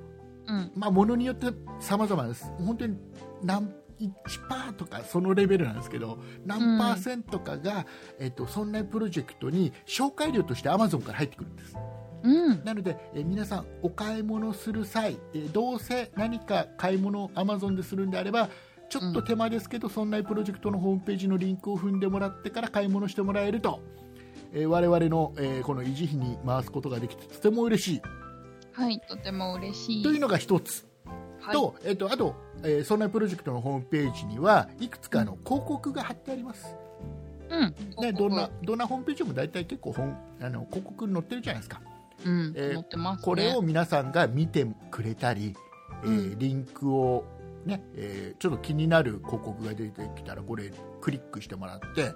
[SPEAKER 1] うん
[SPEAKER 2] まあ、ものによって様々です本当に何1%とかそのレベルなんですけど何パーセントかが、えっとそんなプロジェクトに紹介料としてアマゾンから入ってくるんです
[SPEAKER 1] うん
[SPEAKER 2] なので、えー皆さんお買い物する際、えーどうせ何か買い物を Amazon でするんであればちょっと手間ですけど、そんなプロジェクトのホームページのリンクを踏んでもらってから買い物してもらえると、えー我々の、えーこの維持費に回すことができてとても嬉しい
[SPEAKER 1] はいとても嬉しい
[SPEAKER 2] というのが一つ
[SPEAKER 1] はい
[SPEAKER 2] と、えっとあと、えーそんなプロジェクトのホームページにはいくつかの広告が貼ってあります、
[SPEAKER 1] うん。
[SPEAKER 2] ね、どんなどんなホームページも大体結構本あの広告載ってるじゃないですか
[SPEAKER 1] うん。
[SPEAKER 2] えー
[SPEAKER 1] 載ってますね。
[SPEAKER 2] これを皆さんが見てくれたり、えー
[SPEAKER 1] う
[SPEAKER 2] リンクを、ねえーちょっと気になる広告が出てきたらこれクリックしてもらって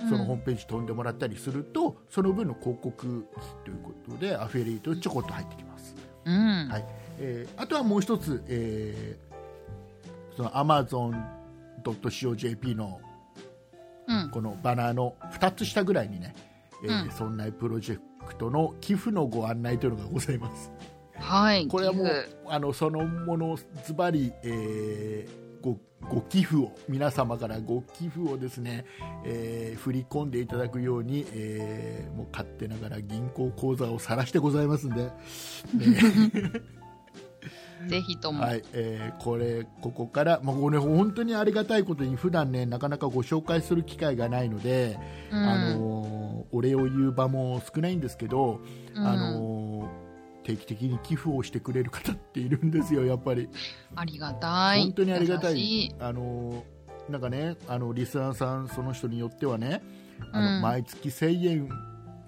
[SPEAKER 1] うん、
[SPEAKER 2] そのホームページ飛んでもらったりすると、その分の広告費ということでアフィリエイトちょこっと入ってきます、
[SPEAKER 1] うん。
[SPEAKER 2] はいえーあとはもう一つ、えー、その amazon.co.jp の
[SPEAKER 1] うん。
[SPEAKER 2] このバナーの2つ下ぐらいにね、えー
[SPEAKER 1] うん
[SPEAKER 2] そんなプロジェクトの寄付のご案内というのがございます
[SPEAKER 1] はい。
[SPEAKER 2] これはも
[SPEAKER 1] 寄
[SPEAKER 2] うあのそのものズバリ、えーごご寄付を皆様からご寄付をですね、えー振り込んでいただくように、えーもう勝手ながら銀行口座を晒してございますんで、
[SPEAKER 1] <laughs> 付ぜひとも。
[SPEAKER 2] はいえーこれここから、まあ、これ本当にありがたいことに普段ねなかなかご紹介する機会がないので、
[SPEAKER 1] うん
[SPEAKER 2] あのーお礼を言う場も少ないんですけど、
[SPEAKER 1] うん
[SPEAKER 2] あのー定期的に寄付をしてくれる方っているんですよやっぱり。
[SPEAKER 1] ありがたい。
[SPEAKER 2] 本当にありがたい
[SPEAKER 1] 優しい
[SPEAKER 2] あのなんかねあのリスナーさんその人によってはねあの、
[SPEAKER 1] うん
[SPEAKER 2] 毎月1000円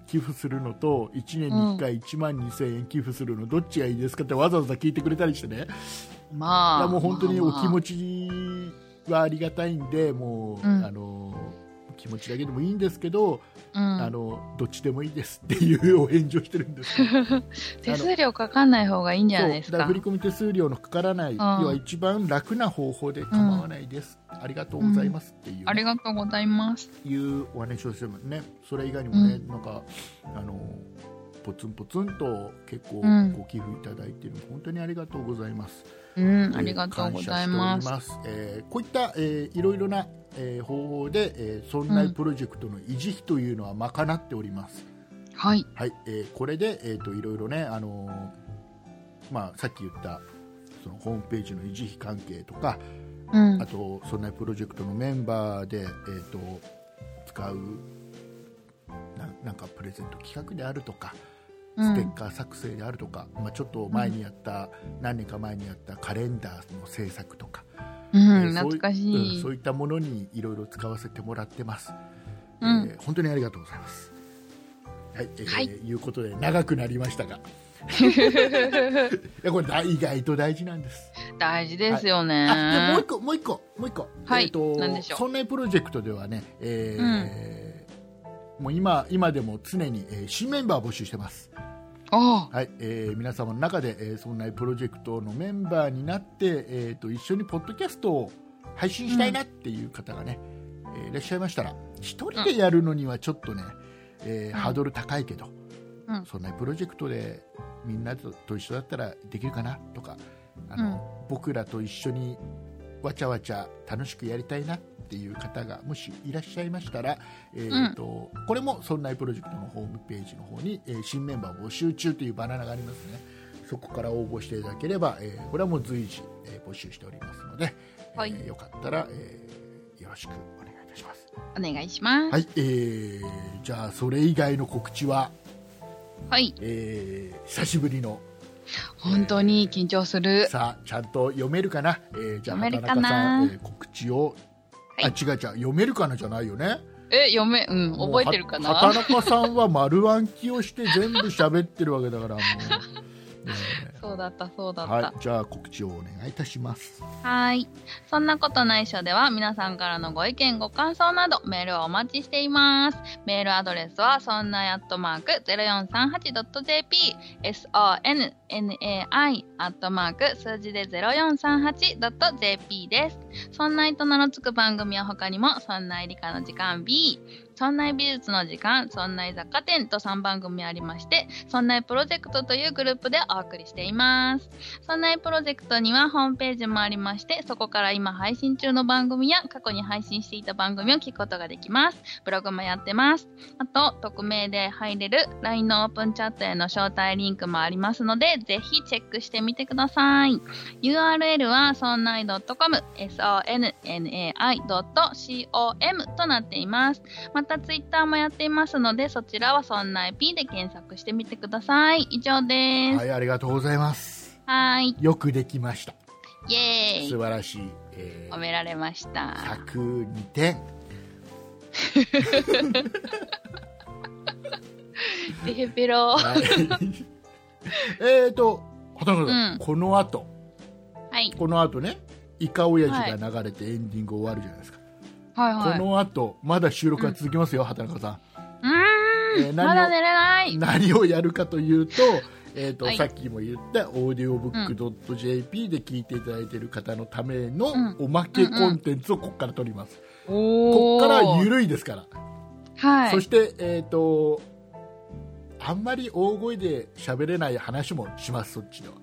[SPEAKER 2] 寄付するのと1年に1回1万2000円寄付するの、どっちがいいですかってわざわざ聞いてくれたりしてねい
[SPEAKER 1] まあ。
[SPEAKER 2] やもう本当にお気
[SPEAKER 1] ち
[SPEAKER 2] 持ちはありがたいんでもう、
[SPEAKER 1] うん
[SPEAKER 2] あの気持ちだけでもいいんですけど、あ
[SPEAKER 1] あの
[SPEAKER 2] のどっちでもいいですっていうお返事をしてるんですけど <laughs>
[SPEAKER 1] 手数料かかんない方がいいんじゃないです
[SPEAKER 2] そうだら
[SPEAKER 1] か
[SPEAKER 2] 振。り込み手数料のかからない、要は一番楽な方法で構わないです、ありがとうございますっていうね、
[SPEAKER 1] ありがとうございます。
[SPEAKER 2] いうお話をしてもねそれ以外にもね、
[SPEAKER 1] う
[SPEAKER 2] なんかあのポツンポツンと結構
[SPEAKER 1] うん
[SPEAKER 2] ご寄付いただいてるの本当にありがとうございます、
[SPEAKER 1] うん、ありがとうございます
[SPEAKER 2] えー。感謝しておりますえーこういった、えーいろいろな、えー方法で、えー、そんなプロジェクトの維持費というのは賄っております、
[SPEAKER 1] はい。
[SPEAKER 2] はい、えーこれで、えー、といろいろね、あのーまあ、さっき言ったそのホームページの維持費関係とか
[SPEAKER 1] うん
[SPEAKER 2] あ。とそんなプロジェクトのメンバーで、えー、と使うななんかプレゼント企画であるとか
[SPEAKER 1] う
[SPEAKER 2] ステ
[SPEAKER 1] ん
[SPEAKER 2] ッカー作成であるとか、まあ、ちょっと前にやった、何年か前にやったカレンダーの制作とか、
[SPEAKER 1] うん、
[SPEAKER 2] えーそう
[SPEAKER 1] 懐かし
[SPEAKER 2] うん
[SPEAKER 1] い
[SPEAKER 2] そ。ういったものにいろいろ使わせてもらってます、
[SPEAKER 1] うん
[SPEAKER 2] えー本当にありがとうございますはい、えー
[SPEAKER 1] はい
[SPEAKER 2] い、うことで長くなりましたがいやこれだ意外と大事なんです、
[SPEAKER 1] <laughs> 大事ですよ
[SPEAKER 2] あでもう
[SPEAKER 1] ね
[SPEAKER 2] 一。個もう一個もう一個
[SPEAKER 1] はい
[SPEAKER 2] えーと
[SPEAKER 1] 何でしょう
[SPEAKER 2] そんなプロジェクトではね、えーもう今今でも常に、えー新メンバーを募集してます
[SPEAKER 1] あ
[SPEAKER 2] はい、えー皆様の中で、えー、そんなプロジェクトのメンバーになって、えー、と一緒にポッドキャストを配信したいなっていう方がね、えーいらっしゃいましたら一人でやるのにはちょっとね、えーハードル高いけど、
[SPEAKER 1] うん
[SPEAKER 2] そんなプロジェクトでみんなとと一緒だったらできるかなとかあの、
[SPEAKER 1] うん
[SPEAKER 2] 僕らと一緒にわちゃわちゃ楽しくやりたいなっていう方がもしいらっしゃいましたら、えーとこれも「そんないプロジェクト」のホームページの方に、えー新メンバー募集中というバナナがありますねそこから応募していただければ、えーこれはもう随時、えー募集しておりますので、
[SPEAKER 1] はい
[SPEAKER 2] えーよかったら、えーよろしくお願いいたします
[SPEAKER 1] あ、お願いします。
[SPEAKER 2] はい、えーじゃあそれ以外の告知は、
[SPEAKER 1] はい。
[SPEAKER 2] えー久しぶりの
[SPEAKER 1] 本当に緊張する。
[SPEAKER 2] さあちゃんと読めるかな、えーじゃあ
[SPEAKER 1] 読める
[SPEAKER 2] 畑
[SPEAKER 1] か
[SPEAKER 2] 中
[SPEAKER 1] な
[SPEAKER 2] さん、えー告知を、
[SPEAKER 1] はい
[SPEAKER 2] あ違う違う読めるかなじゃないよね
[SPEAKER 1] え、読め、うん、覚えてるか
[SPEAKER 2] もうは
[SPEAKER 1] な
[SPEAKER 2] 畑中さんは丸暗記をして全部喋ってるわけだからも
[SPEAKER 1] <laughs>
[SPEAKER 2] う、ね
[SPEAKER 1] そうだった、そうだった。
[SPEAKER 2] はいじゃあ告知をお願いいたします
[SPEAKER 1] はい。そんなことないっしょでは皆さんからのご意見、ご感想などメールをお待ちしています。メールアドレスはそんないアットマーク 0438.jp、sonnai アットマーク数字で 0438.jp です。そんないと名の付く番組は他にも、そんない理科の時間 B、そんない美術の時間、そんない雑貨店と3番組ありまして、そんないプロジェクトというグループでお送りしています。そんないプロジェクトにはホームページもありまして、そこから今配信中の番組や過去に配信していた番組を聞くことができます。ブログもやってます。あと、匿名で入れる LINE のオープンチャットへの招待リンクもありますので、ぜひチェックしてみてください。URL はそんない .com、sonnai.com となっています。また、ツイッターもやっていますので、そちらはそんない P で検索してみてください。以上です。
[SPEAKER 2] はいありがとうございます
[SPEAKER 1] はい。
[SPEAKER 2] よくできました
[SPEAKER 1] イエーイ
[SPEAKER 2] 素晴らしい、えー
[SPEAKER 1] 褒められました。
[SPEAKER 2] 102点
[SPEAKER 1] デヘペロ。
[SPEAKER 2] はい <laughs> えーと畑中さん、
[SPEAKER 1] うん
[SPEAKER 2] この後
[SPEAKER 1] はい。
[SPEAKER 2] この後ねイカオヤジが流れてエンディング終わるじゃないですか、
[SPEAKER 1] はいはい。
[SPEAKER 2] この後まだ収録が続きますよ、畑中さん
[SPEAKER 1] うーん、
[SPEAKER 2] えー何を
[SPEAKER 1] まだ寝れない。
[SPEAKER 2] 何をやるかというと,、えーと
[SPEAKER 1] はい
[SPEAKER 2] さっきも言ったオーディオブックドット JP で聞いていただいている方のための
[SPEAKER 1] うん
[SPEAKER 2] おまけコンテンツをここから取ります、
[SPEAKER 1] お
[SPEAKER 2] こ
[SPEAKER 1] ー
[SPEAKER 2] こから緩いですから、
[SPEAKER 1] は
[SPEAKER 2] そ
[SPEAKER 1] い
[SPEAKER 2] し。て、えー、とあんまり大声で喋れない話もしますそっちでは、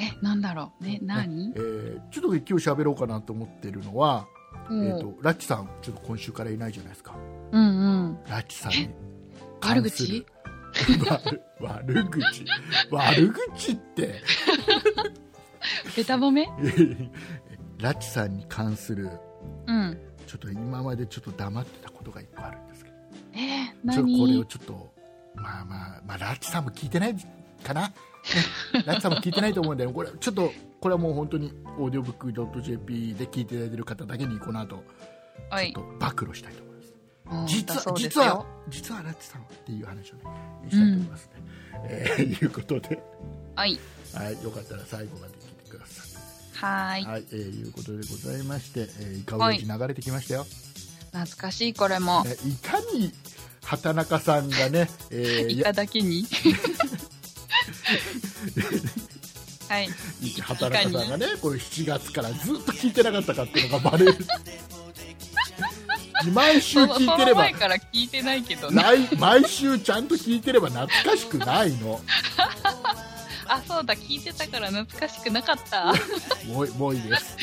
[SPEAKER 1] え、なんだろう。ね、何
[SPEAKER 2] えーちょっと今日喋ろうかなと思ってるのは、
[SPEAKER 1] う
[SPEAKER 2] え
[SPEAKER 1] ん
[SPEAKER 2] ー、とラッチさんちょっと今週からいないじゃないですか
[SPEAKER 1] うんうん。
[SPEAKER 2] ラッチさんに
[SPEAKER 1] 悪口
[SPEAKER 2] 関する悪悪口悪口って
[SPEAKER 1] ベタ褒め
[SPEAKER 2] ラッチさんに関する
[SPEAKER 1] うん。
[SPEAKER 2] ちょっと今までちょっと黙ってたことが一個あるんですけど
[SPEAKER 1] えー、
[SPEAKER 2] ちょっとこれを
[SPEAKER 1] 何
[SPEAKER 2] ちょっとまあまあまあラッチさんも聞いてないかなねラッチさんも聞いてないと思うんだよこれちょっとこれはもう本当にオーディオブックドット JP で聞いていただいてる方だけにこの後
[SPEAKER 1] は
[SPEAKER 2] ちょっ
[SPEAKER 1] い
[SPEAKER 2] と。暴露したいと思います
[SPEAKER 1] うんだそ
[SPEAKER 2] 実
[SPEAKER 1] う
[SPEAKER 2] は
[SPEAKER 1] です
[SPEAKER 2] 実は
[SPEAKER 1] よ
[SPEAKER 2] 実はラッチさんはっていう話をねしたいと思いますね、えー <laughs> いうことで、
[SPEAKER 1] はい。
[SPEAKER 2] はい、よかったら最後まで聞いてください
[SPEAKER 1] はーい。
[SPEAKER 2] はい、えーいうことでございまして、えーイカオヤジ流れてきましたよ、
[SPEAKER 1] 懐かしい、これも。
[SPEAKER 2] ねいかに畑中さんがね、え
[SPEAKER 1] <laughs>
[SPEAKER 2] ー
[SPEAKER 1] い
[SPEAKER 2] や
[SPEAKER 1] ただけに。はい。
[SPEAKER 2] 畑中さんがねこれ7月からずっと聞いてなかったかっていうのが
[SPEAKER 1] <laughs>
[SPEAKER 2] バレる毎週
[SPEAKER 1] そのそ
[SPEAKER 2] 聞いてれ
[SPEAKER 1] の
[SPEAKER 2] ば
[SPEAKER 1] 前から聞いてないけどね。
[SPEAKER 2] ない毎週ちゃんと聞いてれば懐かしくないの
[SPEAKER 1] あ、そうだ、聞いてたから懐かしくなかった。
[SPEAKER 2] もうもういいです。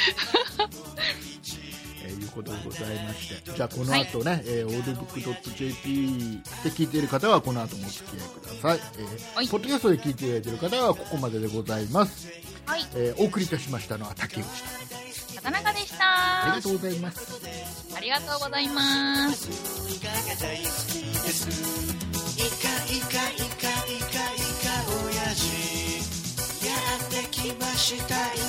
[SPEAKER 2] えーいうことでございましてじゃあこの後ね、えー、オーディブックドット JP で聞いている方はこの後もお付き合いください、えー
[SPEAKER 1] はい
[SPEAKER 2] ポッドキャストで聞いていただいている方はここまででございます、
[SPEAKER 1] はい。
[SPEAKER 2] えーお送りいたしましたのは竹内さん
[SPEAKER 1] 畑中でし
[SPEAKER 2] あ
[SPEAKER 1] た
[SPEAKER 2] りが。とうございます
[SPEAKER 1] ありがとうございます。
[SPEAKER 3] イカが大好きですイカイカイカイカイカおやじやってきましたイ